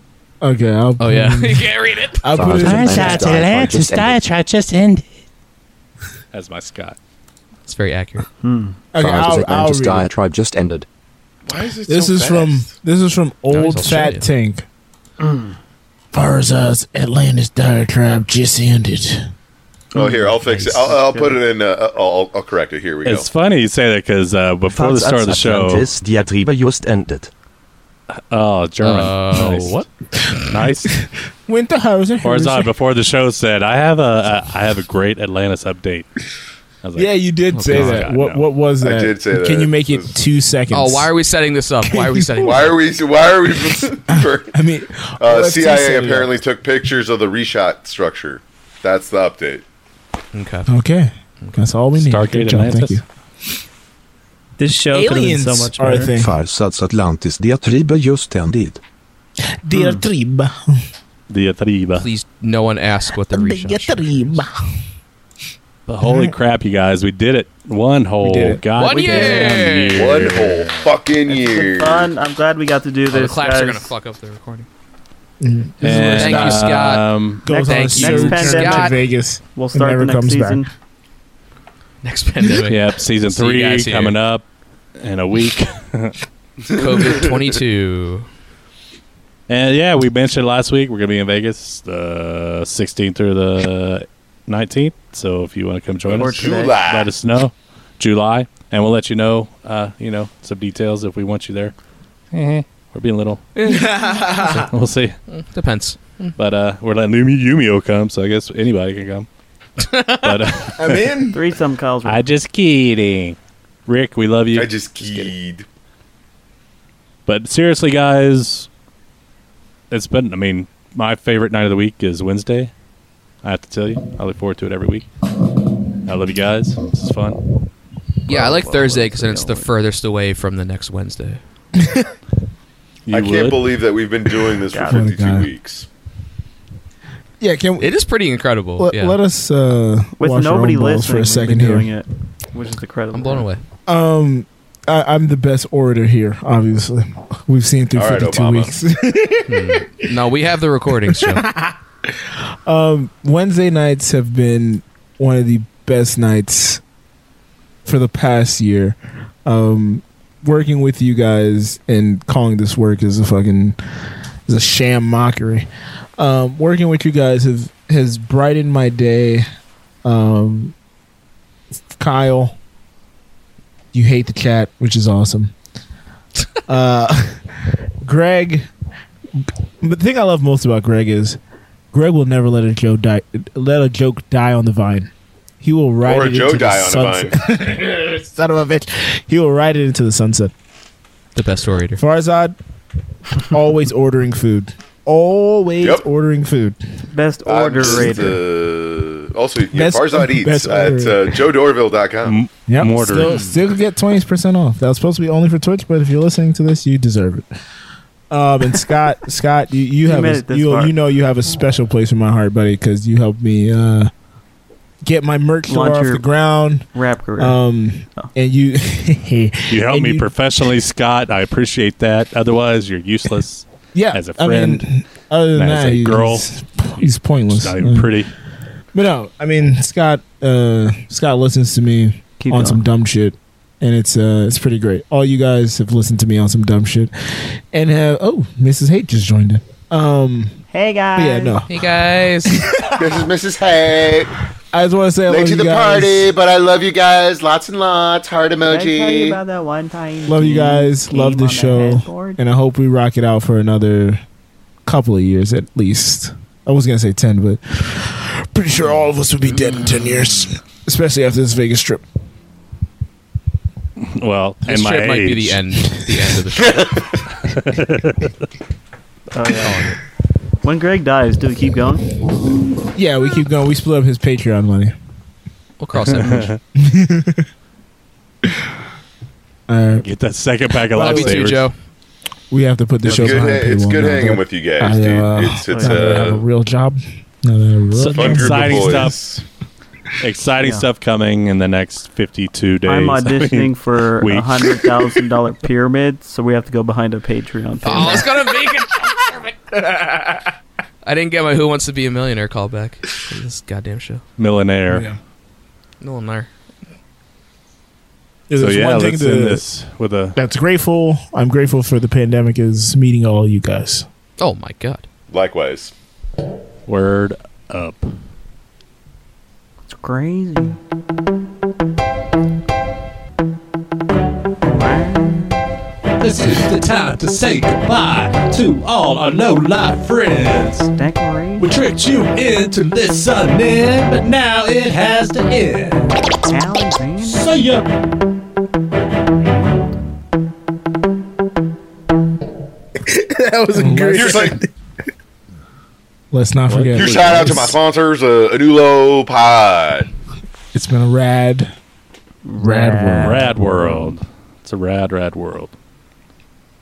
Speaker 7: Okay. I'll
Speaker 6: Oh, yeah.
Speaker 5: you can't read it.
Speaker 7: I'll put it in-
Speaker 8: just ended. That's my Scott.
Speaker 5: It's very accurate.
Speaker 7: Okay, I'll, I'll read it.
Speaker 14: diatribe just ended.
Speaker 4: Why is it
Speaker 7: This
Speaker 4: so
Speaker 7: is
Speaker 4: fast?
Speaker 7: from this is from
Speaker 4: he's
Speaker 7: old
Speaker 4: Australian.
Speaker 7: fat tank. Farzad's Atlantis diatribe just ended.
Speaker 4: Oh, here I'll fix it. I'll, I'll put it in. Uh, I'll, I'll correct it. Here we
Speaker 8: It's funny you say that because uh, before the start of the show.
Speaker 14: Atlantis diatribe just ended.
Speaker 8: Oh, German.
Speaker 14: Uh,
Speaker 8: nice.
Speaker 14: what?
Speaker 8: nice.
Speaker 7: Winter Hosen.
Speaker 8: Farzad before the show said, "I have a I have a great Atlantis update." I was like,
Speaker 7: Yeah, you did
Speaker 8: "Oh,
Speaker 7: say
Speaker 8: God,
Speaker 7: that.
Speaker 8: God,
Speaker 7: what
Speaker 8: no."
Speaker 7: what was
Speaker 8: I
Speaker 7: that?
Speaker 8: did say
Speaker 7: Can
Speaker 8: that.
Speaker 7: you make it two seconds?
Speaker 5: Oh, why are we setting this up? Why are we setting?
Speaker 4: Why
Speaker 5: this
Speaker 4: are we? Why are we? I
Speaker 7: mean,
Speaker 4: uh,
Speaker 5: let's just
Speaker 4: CIA
Speaker 5: say that.
Speaker 4: apparently took pictures of the reshot structure. That's the update.
Speaker 5: Okay.
Speaker 7: Okay, that's all we need.
Speaker 8: Stargate
Speaker 7: Good job, Thank
Speaker 8: Atlantis.
Speaker 7: you.
Speaker 15: This show could have been so
Speaker 7: Aliens
Speaker 15: much
Speaker 7: are a
Speaker 15: better.
Speaker 7: thing.
Speaker 13: Farsats Atlantis diatribe just ended.
Speaker 7: Dear Trib.
Speaker 8: Diatriba.
Speaker 5: Please, no one ask what the reshot.
Speaker 7: Dear Trib.
Speaker 8: But holy crap, you guys, we did it! One whole
Speaker 4: did it.
Speaker 8: god,
Speaker 4: One
Speaker 8: damn
Speaker 4: year. One whole fucking year.
Speaker 6: Fun. I'm glad we got to do
Speaker 5: Oh, the
Speaker 6: this.
Speaker 5: claps are
Speaker 6: guys.
Speaker 5: gonna fuck up the recording.
Speaker 8: And,
Speaker 5: Thank you, Scott.
Speaker 8: um,
Speaker 7: Goes on a
Speaker 5: Thank you,
Speaker 7: search
Speaker 5: Scott.
Speaker 7: and to Vegas.
Speaker 6: We'll
Speaker 7: and
Speaker 6: start
Speaker 7: never
Speaker 6: the next
Speaker 7: comes
Speaker 6: season.
Speaker 7: Back.
Speaker 5: Next pandemic.
Speaker 8: Yep, season
Speaker 5: See you
Speaker 8: three
Speaker 5: guys here.
Speaker 8: coming up in a week.
Speaker 5: COVID twenty two.
Speaker 8: And yeah, we mentioned last week we're gonna be in Vegas the sixteenth through the nineteenth. So if you want to come join
Speaker 4: Or
Speaker 8: us,
Speaker 4: today. July.
Speaker 8: let us know July, and we'll let you know. Uh, you know some details if we want you there. Eh, We're being little. So we'll see.
Speaker 5: Depends.
Speaker 8: But uh, we're letting Yumi Yumio come, so I guess anybody can come. but uh,
Speaker 7: I'm in.
Speaker 6: Threesome calls.
Speaker 8: I just kidding. Rick, we love you. I
Speaker 4: just kid.
Speaker 8: But seriously, guys, it's been, I mean, my favorite night of the week is Wednesday. I have to tell you, I look forward to it every week. I love you guys. This is fun.
Speaker 5: Yeah, I like Thursday because then it's the furthest away from the next Wednesday.
Speaker 4: I can't believe that we've been doing this for
Speaker 5: God. Oh,
Speaker 4: 52
Speaker 5: God.
Speaker 4: weeks.
Speaker 7: Yeah, can
Speaker 5: it is pretty incredible.
Speaker 7: Let,
Speaker 5: yeah.
Speaker 7: let us uh,
Speaker 6: With
Speaker 7: wash our
Speaker 6: nobody
Speaker 7: own balls
Speaker 6: listening,
Speaker 7: for a second
Speaker 6: we've
Speaker 7: here.
Speaker 6: been doing it, which is incredible.
Speaker 5: I'm blown away.
Speaker 7: Um, I, I'm the best orator here. Obviously, we've seen through
Speaker 5: All right,
Speaker 7: 52
Speaker 5: Obama.
Speaker 7: weeks.
Speaker 5: Hmm. No, we have the recordings, Joe.
Speaker 7: Um, Wednesday nights have been one of the best nights for the past year. Um, working with you guys and calling this work is a fucking is a sham mockery. Um, working with you guys have has brightened my day. Um, Kyle, you hate the chat, which is awesome. Uh, Greg, but the thing I love most about Greg is Greg will never let a joke die. Let a joke die on the vine. He will ride
Speaker 4: Or a
Speaker 7: it
Speaker 4: Joe
Speaker 7: into
Speaker 4: die
Speaker 7: the
Speaker 4: on
Speaker 7: sunset.
Speaker 4: a vine.
Speaker 7: Son of a bitch. He will ride it into the sunset.
Speaker 5: The best orator.
Speaker 7: Farzad, always ordering food. Always ordering food.
Speaker 6: Best
Speaker 4: I'm just, uh, also, yeah,
Speaker 7: Best-
Speaker 4: Farzad Eats
Speaker 7: best
Speaker 4: at uh,
Speaker 7: order.
Speaker 4: joedoorville.com.
Speaker 7: Yep.
Speaker 4: Mortar.
Speaker 7: Still, still could get twenty percent off. That was supposed to be only for Twitch, but if you're listening to this, you deserve it. Um, and Scott, Scott, you, you
Speaker 6: You
Speaker 7: have
Speaker 6: made
Speaker 7: a,
Speaker 6: it this
Speaker 7: you
Speaker 6: far.
Speaker 7: you know you have a special place in my heart, buddy, because you helped me uh, get my merch store
Speaker 8: Launch
Speaker 7: off
Speaker 8: your
Speaker 7: the ground.
Speaker 6: Rap career.
Speaker 7: Um,
Speaker 6: Oh.
Speaker 7: and you, you
Speaker 8: You help me professionally, Scott. I appreciate that. Otherwise, you're useless.
Speaker 7: Yeah,
Speaker 8: as a
Speaker 7: I mean,
Speaker 8: friend,
Speaker 7: other than
Speaker 8: and as
Speaker 7: that,
Speaker 8: a
Speaker 7: he's-
Speaker 8: girl,
Speaker 7: he's pointless.
Speaker 8: She's not even
Speaker 7: Uh,
Speaker 8: pretty.
Speaker 7: But no, I mean Scott. Uh, Scott listens to me on
Speaker 8: going.
Speaker 7: some dumb shit, and it's uh, it's pretty great. All you guys have listened to me on some dumb shit, and have oh, Mrs. Hate just joined in. Um,
Speaker 6: Hey guys.
Speaker 7: Yeah, no.
Speaker 5: Hey guys.
Speaker 4: this is Mrs. Hay.
Speaker 7: I just want to say I
Speaker 4: Late
Speaker 7: love
Speaker 4: to
Speaker 7: you
Speaker 4: the
Speaker 7: guys.
Speaker 4: party, but I love you guys. Lots and lots. Heart
Speaker 6: Did I tell you
Speaker 4: emoji.
Speaker 6: about that one time?
Speaker 7: Love you
Speaker 6: he
Speaker 7: guys.
Speaker 6: came
Speaker 7: Love
Speaker 6: on
Speaker 7: this show,
Speaker 6: headboard?
Speaker 7: and I hope we rock it out for another couple of years at least. I was gonna say ten, but pretty sure all of us would be dead in ten years, especially after this Vegas trip.
Speaker 8: Well,
Speaker 5: This
Speaker 8: and my
Speaker 5: trip
Speaker 8: age.
Speaker 5: might be the end. The end of the
Speaker 8: show.
Speaker 6: Oh, When Greg dies, do we keep going?
Speaker 7: Yeah, we keep going. We split up his Patreon money.
Speaker 5: We'll
Speaker 8: cross that bridge. Get that second pack of
Speaker 4: Love you too,
Speaker 8: lifesavers.
Speaker 4: Joe.
Speaker 7: We have to put the
Speaker 4: It's
Speaker 7: show
Speaker 4: good
Speaker 7: behind
Speaker 4: ha- it's
Speaker 7: paywall
Speaker 4: good
Speaker 7: now
Speaker 4: hanging
Speaker 7: that
Speaker 4: with you guys, dude. It's- it's,
Speaker 7: now that I have
Speaker 4: uh,
Speaker 7: a real job. now that I have a real
Speaker 8: So
Speaker 7: job.
Speaker 8: exciting stuff. Exciting
Speaker 6: Yeah.
Speaker 8: stuff coming in the next 52 days.
Speaker 6: I'm
Speaker 8: I mean,
Speaker 6: auditioning for a
Speaker 8: week.
Speaker 6: hundred thousand dollar pyramid, so we have to go behind a Patreon.
Speaker 5: Oh,
Speaker 6: Pyramid.
Speaker 5: it's gonna be I didn't get my Who Wants to Be a Millionaire call back. from This goddamn show.
Speaker 8: millionaire.
Speaker 5: Millionaire.
Speaker 7: If
Speaker 8: So
Speaker 7: there's
Speaker 8: yeah,
Speaker 7: one thing
Speaker 8: let's
Speaker 7: to-
Speaker 8: end this with a
Speaker 7: That's grateful. I'm grateful for the pandemic is meeting all you guys.
Speaker 5: Oh my god.
Speaker 4: Likewise.
Speaker 8: Word up.
Speaker 6: It's crazy. This
Speaker 16: is the time to say goodbye to all our low life friends. We tricked you into listening, but now it has to end. See ya.
Speaker 7: that was a great.
Speaker 4: Here's like-
Speaker 7: Let's not forget.
Speaker 4: Huge shout out to my sponsors, uh, Anulo Pod.
Speaker 7: It's been a rad, rad, world.
Speaker 8: Rad world. It's a rad, rad world.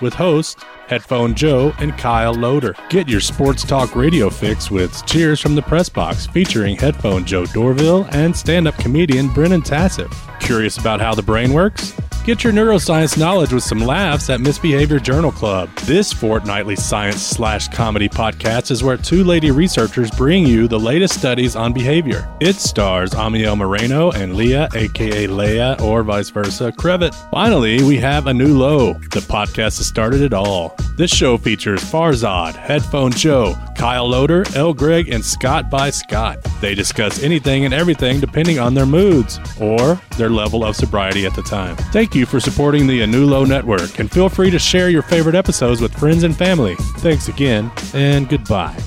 Speaker 8: with hosts Headphone Joe and Kyle Loader. Get your sports talk radio fix with Cheers from the Press Box featuring Headphone Joe Dorville and stand up comedian Brennan Tassif. Curious about how the brain works? Get your neuroscience knowledge with some laughs at Misbehavior Journal Club. This fortnightly science slash comedy podcast is where two lady researchers bring you the latest studies on behavior. It stars Amiel Moreno and Leah, aka Leia, or vice versa, Crevit. Finally, we have a new low. The podcast has started it all. This show features Farzad, Headphone Joe, Kyle Loader, L. Gregg, and Scott by Scott. They discuss anything and everything depending on their moods or their level of sobriety at the time. Thank you for supporting the Anulo Network and feel free to share your favorite episodes with friends and family. Thanks again and goodbye.